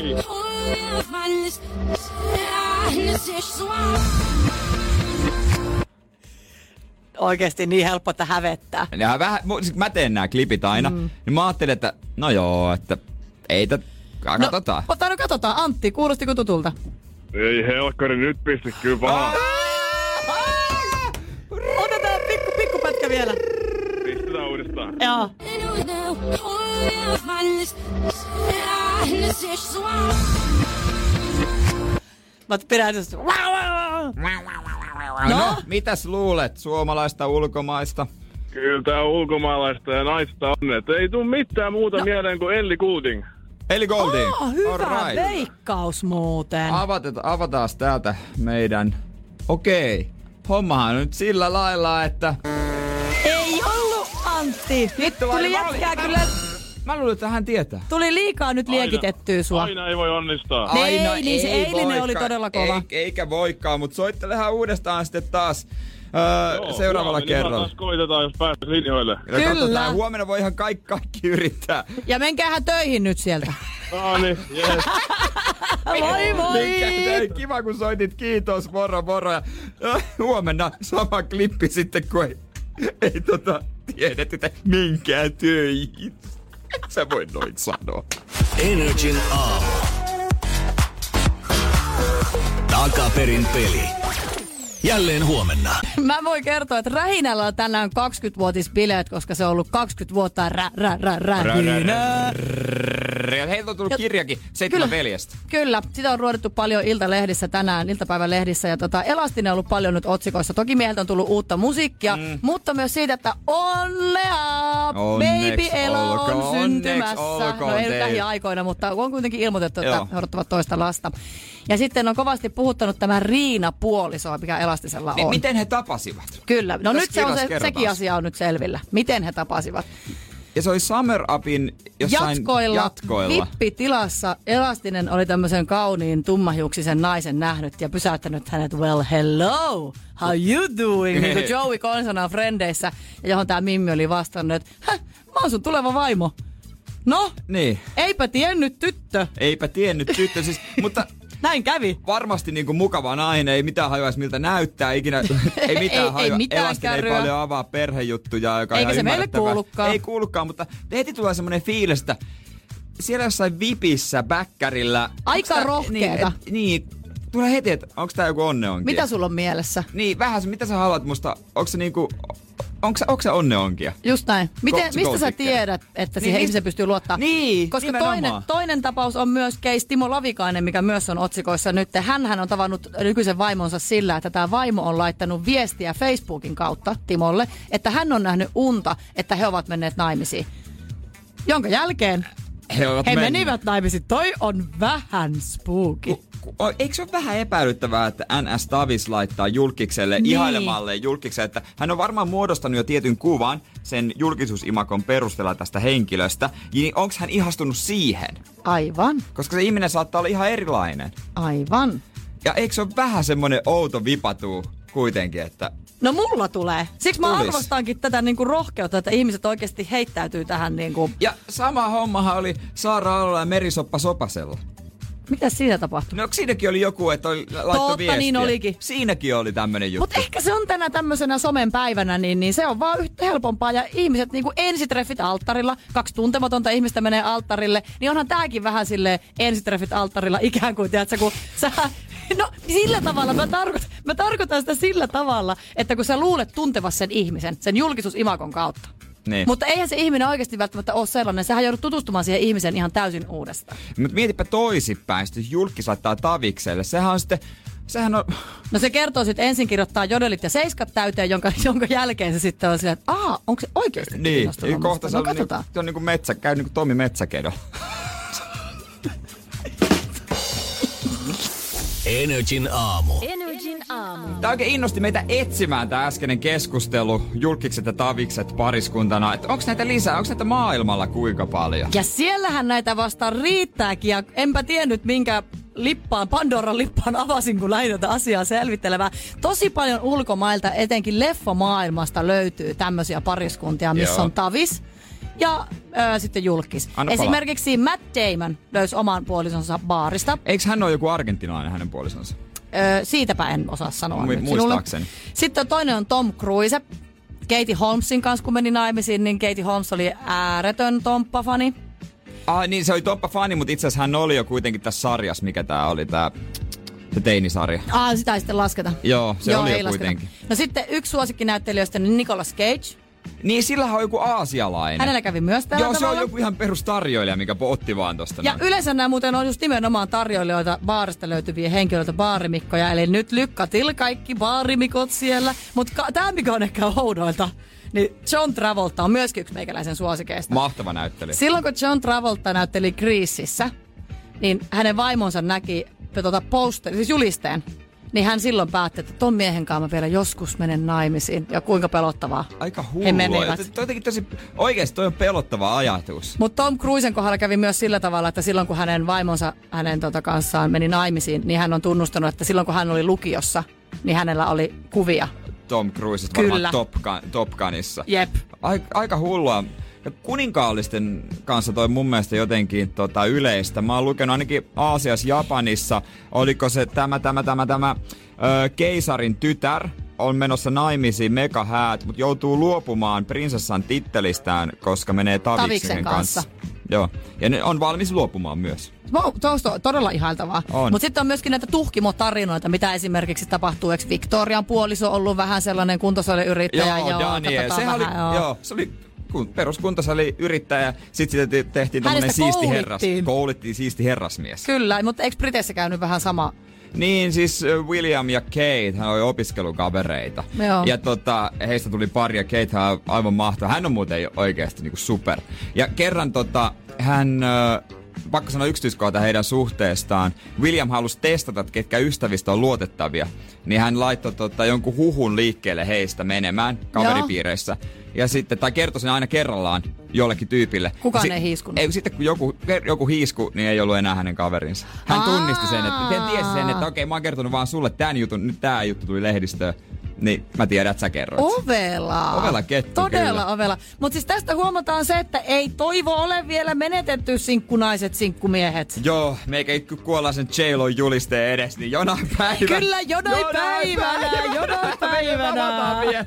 Speaker 2: Oikeesti niin helppo, että hävettää.
Speaker 3: Ja vähän, mu- siis mä teen nämä klipit aina, mm. niin mä ajattelin, että no joo, että ei tota. tätä, katsotaan.
Speaker 2: mutta no katsotaan. Antti, kuulostiko tutulta?
Speaker 6: Ei helkkari, nyt pisti kyllä pahaa.
Speaker 2: Otetaan pikku, pikku pätkä vielä.
Speaker 6: Pistetään uudestaan.
Speaker 2: Joo. Mä pidän just... No?
Speaker 3: Mitäs luulet suomalaista ulkomaista?
Speaker 6: Kyllä tää ulkomaalaista ja naista on, et ei tuu mitään muuta no. mieleen kuin Elli Goulding.
Speaker 3: Eli Golding.
Speaker 2: Oh, hyvä right. veikkaus muuten.
Speaker 3: Avatet, avataan täältä meidän... Okei. Hommahan on nyt sillä lailla, että...
Speaker 2: Ei ollut Antti. Nyt tuli jätkää kyllä.
Speaker 3: Mä luulen, että hän tietää.
Speaker 2: Tuli liikaa nyt liekitettyä sua.
Speaker 6: Aina ei voi onnistaa.
Speaker 2: Niin, niin se eilinen
Speaker 3: voikaan.
Speaker 2: oli todella kova.
Speaker 3: Ei, eikä voikaan, mutta soittelehan uudestaan sitten taas öö,
Speaker 6: Joo,
Speaker 3: seuraavalla
Speaker 6: huomenna niin
Speaker 3: kerralla.
Speaker 6: Taas koitetaan, jos pääsee linjoille.
Speaker 3: Ja
Speaker 2: Kyllä.
Speaker 3: katsotaan, Huomenna voi ihan kaikki, kaikki yrittää.
Speaker 2: Ja menkäähän töihin nyt sieltä.
Speaker 6: No niin, yes.
Speaker 2: Voi
Speaker 3: Mikä-
Speaker 2: voi!
Speaker 3: Hei, Kiva, kun soitit. Kiitos, moro, moro. Ja, äh, huomenna sama klippi sitten, kun ei, ei tota, tiedetty, että minkään töihin. Sä voi noin sanoa.
Speaker 1: Energin aamu. Takaperin peli. Jälleen huomenna.
Speaker 2: Mä voin kertoa, että Rähinällä on tänään 20-vuotisbileet, koska se on ollut 20 vuotta rä, rä, rä, rähinä.
Speaker 3: Rrrr. Heiltä on tullut
Speaker 2: Ja-
Speaker 3: kirjakin Seitsemän
Speaker 2: Kyllä.
Speaker 3: veljestä.
Speaker 2: Kyllä, sitä on ruodittu paljon iltalehdissä tänään, iltapäivän lehdissä. Ja tota, Elastinen on ollut paljon nyt otsikoissa. Toki mieltä on tullut uutta musiikkia, mm. mutta myös siitä, että onnea!
Speaker 3: Onneksi
Speaker 2: Baby Ela
Speaker 3: olkoon,
Speaker 2: on syntymässä.
Speaker 3: onneksi olkoon
Speaker 2: no ei nyt
Speaker 3: teille.
Speaker 2: lähiaikoina, mutta on kuitenkin ilmoitettu, että
Speaker 3: Joo.
Speaker 2: he odottavat toista lasta. Ja sitten on kovasti puhuttanut tämä Riina puoliso, mikä Elastisella
Speaker 3: Niin,
Speaker 2: on.
Speaker 3: miten he tapasivat?
Speaker 2: Kyllä, no
Speaker 3: Tässä
Speaker 2: nyt se on
Speaker 3: kirjassa
Speaker 2: se,
Speaker 3: kerrotaan
Speaker 2: sekin
Speaker 3: se.
Speaker 2: asia on nyt selvillä. Miten he tapasivat?
Speaker 3: Ja se oli Summer Upin jossain
Speaker 2: jatkoilla,
Speaker 3: jatkoilla.
Speaker 2: vippitilassa Elastinen oli tämmöisen kauniin tummahiuksisen naisen nähnyt ja pysäyttänyt hänet, well hello, how you doing, niin kuin Joey Consonan frendeissä, ja johon tämä Mimmi oli vastannut, että "Häh, mä oon sun tuleva vaimo. No,
Speaker 3: Niin.
Speaker 2: eipä tiennyt tyttö,
Speaker 3: Eipä tiennyt tyttö siis, mutta
Speaker 2: näin kävi.
Speaker 3: varmasti niin kuin mukava nainen, ei mitään hajoaisi miltä näyttää, ikinä, ei
Speaker 2: Ei- ei
Speaker 3: mitään hajua.
Speaker 2: mitään
Speaker 3: Elastinen ei
Speaker 2: kärryä.
Speaker 3: paljon avaa perhejuttuja, joka on
Speaker 2: Eikä
Speaker 3: ihan
Speaker 2: se meille
Speaker 3: ymmärrettävää.
Speaker 2: kuulukaan.
Speaker 3: Ei kuulukaan, mutta heti tulee semmoinen fiilis, että siellä jossain vipissä, bäkkärillä.
Speaker 2: Aika
Speaker 3: onks tää-
Speaker 2: rohkeeta.
Speaker 3: Niin, et, niin, tulee heti, että onko tämä joku onneonki.
Speaker 2: Mitä sulla on mielessä?
Speaker 3: Niin, vähän se, mitä sä haluat musta, onko se niinku, onko se, onks se onneonkia?
Speaker 2: Just näin. Miten,
Speaker 3: Go-
Speaker 2: mistä
Speaker 3: go
Speaker 2: sä
Speaker 3: ticket.
Speaker 2: tiedät, että
Speaker 3: Niin,
Speaker 2: siihen
Speaker 3: mist-
Speaker 2: ihmiseen pystyy luottaa?
Speaker 3: Niin,
Speaker 2: Koska
Speaker 3: nimenomaan.
Speaker 2: toinen, toinen tapaus on myös case Timo Lavikainen, mikä myös on otsikoissa nyt. Hänhän on tavannut nykyisen vaimonsa sillä, että tämä vaimo on laittanut viestiä Facebookin kautta Timolle, että hän on nähnyt unta, että he ovat menneet naimisiin. Jonka jälkeen
Speaker 3: He, ovat
Speaker 2: he
Speaker 3: menneet.
Speaker 2: menivät naimisiin. Toi on vähän spooki.
Speaker 3: Ku- ku- o- Eikö se ole vähän epäilyttävää, että NS Tavis laittaa julkikselle,
Speaker 2: Niin.
Speaker 3: niin. ihailemalle julkikselle, että hän on varmaan muodostanut jo tietyn kuvan sen julkisuusimakon perusteella tästä henkilöstä, niin onko hän ihastunut siihen?
Speaker 2: Aivan,
Speaker 3: Koska se ihminen saattaa olla ihan erilainen.
Speaker 2: aivan.
Speaker 3: Ja eikö se ole vähän semmonen outo vipatuu kuitenkin, että
Speaker 2: No mulla tulee. Siksi mä
Speaker 3: Tulis.
Speaker 2: arvostankin tätä niinku rohkeutta, että ihmiset oikeasti heittäytyy tähän niinku
Speaker 3: ja sama hommahan oli Saara Alolla ja Merisoppa Sopasella.
Speaker 2: Mitä siinä tapahtui?
Speaker 3: No siinäkin oli joku, että oli laittoi
Speaker 2: Totta,
Speaker 3: viestiä.
Speaker 2: niin olikin.
Speaker 3: Siinäkin oli tämmönen juttu.
Speaker 2: Mutta ehkä se on tänä tämmöisenä somen päivänä, niin, niin se on vaan yhtä helpompaa. Ja ihmiset niinku ensitreffit alttarilla, kaksi tuntematonta ihmistä menee alttarille, niin onhan tääkin vähän sille ensitreffit alttarilla ikään kuin, tiedätkö, kun sä... No sillä tavalla, mä tarkoitan, mä tarkoitan sitä sillä tavalla, että kun sä luulet tuntevas sen ihmisen, sen julkisuusimakon kautta.
Speaker 3: Niin.
Speaker 2: Mutta eihän se ihminen oikeasti välttämättä ole sellainen. Sähän joudut tutustumaan siihen ihmiseen ihan täysin uudestaan.
Speaker 3: Mutta mietipä toisinpäin, sitten jos julkis laittaa Tavikselle. Sehän on sitten, sehän on,
Speaker 2: No se kertoo sitten ensin kirjoittaa jodelit ja seiskat täyteen, jonka, jonka jälkeen se sitten on silleen, että aah, onko se oikeasti
Speaker 3: niin,
Speaker 2: kiinnostunut
Speaker 3: kohta se
Speaker 2: musta?
Speaker 3: on,
Speaker 2: No katsotaan.
Speaker 3: niinku, se on niinku metsä, käy niinku Tomi Metsäkedo.
Speaker 1: Energin aamu.
Speaker 7: Energin aamu.
Speaker 3: Tämä oikein innosti meitä etsimään tämä äskeinen keskustelu, julkikset ja tavikset pariskuntana. Että onko näitä lisää, onko näitä maailmalla kuinka paljon?
Speaker 2: Ja siellähän näitä vasta riittääkin ja enpä tiennyt minkä lippaan, Pandoran lippaan avasin, kun lähdin tätä asiaa selvittelemään. Tosi paljon ulkomailta, etenkin leffamaailmasta löytyy tämmöisiä pariskuntia, missä
Speaker 3: Joo.
Speaker 2: on tavis ja ö, sitten julkis.
Speaker 3: Anna palaa.
Speaker 2: Esimerkiksi Matt Damon löysi oman puolisonsa baarista.
Speaker 3: Eikö hän ole joku argentinainen hänen puolisonsa?
Speaker 2: Öö, siitäpä en osaa sanoa
Speaker 3: Mu-
Speaker 2: nyt
Speaker 3: muistaakseni.
Speaker 2: sinulle. Sitten toinen on Tom Cruise. Katie Holmesin kanssa, kun meni naimisiin, niin Katie Holmes oli ääretön tomppafani.
Speaker 3: Ah, niin se oli toppa fani, mutta itse asiassa hän oli jo kuitenkin tässä sarjassa, mikä tämä oli, tämä se teinisarja.
Speaker 2: Ah, sitä ei sitten lasketa.
Speaker 3: Joo, se oli jo
Speaker 2: ei lasketa.
Speaker 3: kuitenkin.
Speaker 2: No sitten yksi suosikkinäyttelijöistä, niin Nicolas Cage.
Speaker 3: Niin sillähän on joku aasialainen.
Speaker 2: Hänellä kävi myös tällä
Speaker 3: Joo, se
Speaker 2: tavalla.
Speaker 3: on joku ihan perustarjoilija, mikä po- otti vaan tosta.
Speaker 2: Ja
Speaker 3: noin.
Speaker 2: yleensä nämä muuten on just nimenomaan tarjoilijoita baarista löytyviä henkilöitä, baarimikkoja. Eli nyt lykkatil kaikki baarimikot siellä. Mutta tämä mikä on ehkä oudoilta, niin John Travolta on myöskin yksi meikäläisen suosikeista.
Speaker 3: Mahtava näyttelijä.
Speaker 2: Silloin kun John Travolta näytteli Kriisissä, niin hänen vaimonsa näki tuota poster, siis julisteen. Niin hän silloin päätti, että ton miehen kanssa mä vielä joskus menen naimisiin. Ja kuinka pelottavaa.
Speaker 3: Aika
Speaker 2: He
Speaker 3: hullua.
Speaker 2: menivät.
Speaker 3: Toi- toi jotenkin tosi, oikeesti toi on pelottava ajatus.
Speaker 2: Mutta Tom Cruisen kohdalla kävi myös sillä tavalla, että silloin kun hänen vaimonsa hänen tota, kanssaan meni naimisiin, niin hän on tunnustanut, että silloin kun hän oli lukiossa, niin hänellä oli kuvia.
Speaker 3: Tom Cruisesta
Speaker 2: Kyllä.
Speaker 3: varmaan Top, Gun, Top Gunissa.
Speaker 2: Jep.
Speaker 3: Aika, aika hullua. Ja kuninkaallisten kanssa toi mun mielestä jotenkin tota yleistä. Mä oon lukenut ainakin Aasiassa, Japanissa, oliko se tämä, tämä, tämä, tämä ö, keisarin tytär on menossa naimisiin Mega Häät, mutta joutuu luopumaan prinsessan tittelistään, koska menee Taviksen,
Speaker 2: Taviksen kanssa.
Speaker 3: kanssa. Joo. Ja ne on valmis luopumaan myös.
Speaker 2: Wow, tuosta on todella ihailtavaa.
Speaker 3: On.
Speaker 2: Mutta sitten on myöskin näitä tuhkimotarinoita, mitä esimerkiksi tapahtuu. Eikö Victorian puoliso ollut vähän sellainen kuntosaliyrittäjä?
Speaker 3: Daniel.
Speaker 2: katsotaan
Speaker 3: niin, Sehän
Speaker 2: vähän,
Speaker 3: oli, joo, se oli kun peruskuntasali yrittäjä, sit sitä te- tehtiin tämmönen
Speaker 2: Hänestä
Speaker 3: siisti herras.
Speaker 2: koulittiin.
Speaker 3: Koulittiin siisti herrasmies.
Speaker 2: Kyllä, mutta eikö Briteissä käynyt vähän sama?
Speaker 3: Niin, siis ö, William ja Kate, hän oli opiskelukavereita.
Speaker 2: Joo.
Speaker 3: Ja tota, heistä tuli pari ja Kate hän on aivan mahtava. Hän on muuten oikeasti niinku super. Ja kerran tota, hän... ö, pakko sanoa yksityiskohta heidän suhteestaan. William halusi testata, että ketkä ystävistä on luotettavia. Niin hän laittoi tota, jonkun huhun liikkeelle heistä menemään kaveripiireissä. Ja sitten, tai kertoi sen aina kerrallaan jollekin tyypille.
Speaker 2: Kukaan
Speaker 3: Ja
Speaker 2: ei hiiskunut.
Speaker 3: Ei, sitten kun joku, joku hiisku, niin ei ollut enää hänen kaverinsa. Hän
Speaker 2: Aa.
Speaker 3: tunnisti sen, että hän tiesi sen, että okei, mä oon kertonut vaan sulle tämän jutun, nyt tää juttu tuli lehdistöön. Niin mä tiedän, että sä kerroit.
Speaker 2: Oh.
Speaker 3: sen.
Speaker 2: Ovela.
Speaker 3: Ovela kettu,
Speaker 2: Todella
Speaker 3: kyllä.
Speaker 2: ovela. Mutta siis tästä huomataan se, että ei toivo ole vielä menetetty sinkkunaiset sinkkumiehet.
Speaker 3: Joo, meikä itku kuollaan sen j julisteen edes, niin jonain päivänä.
Speaker 2: Kyllä, jonain päivänä, jonain päivänä.
Speaker 3: palataan vielä.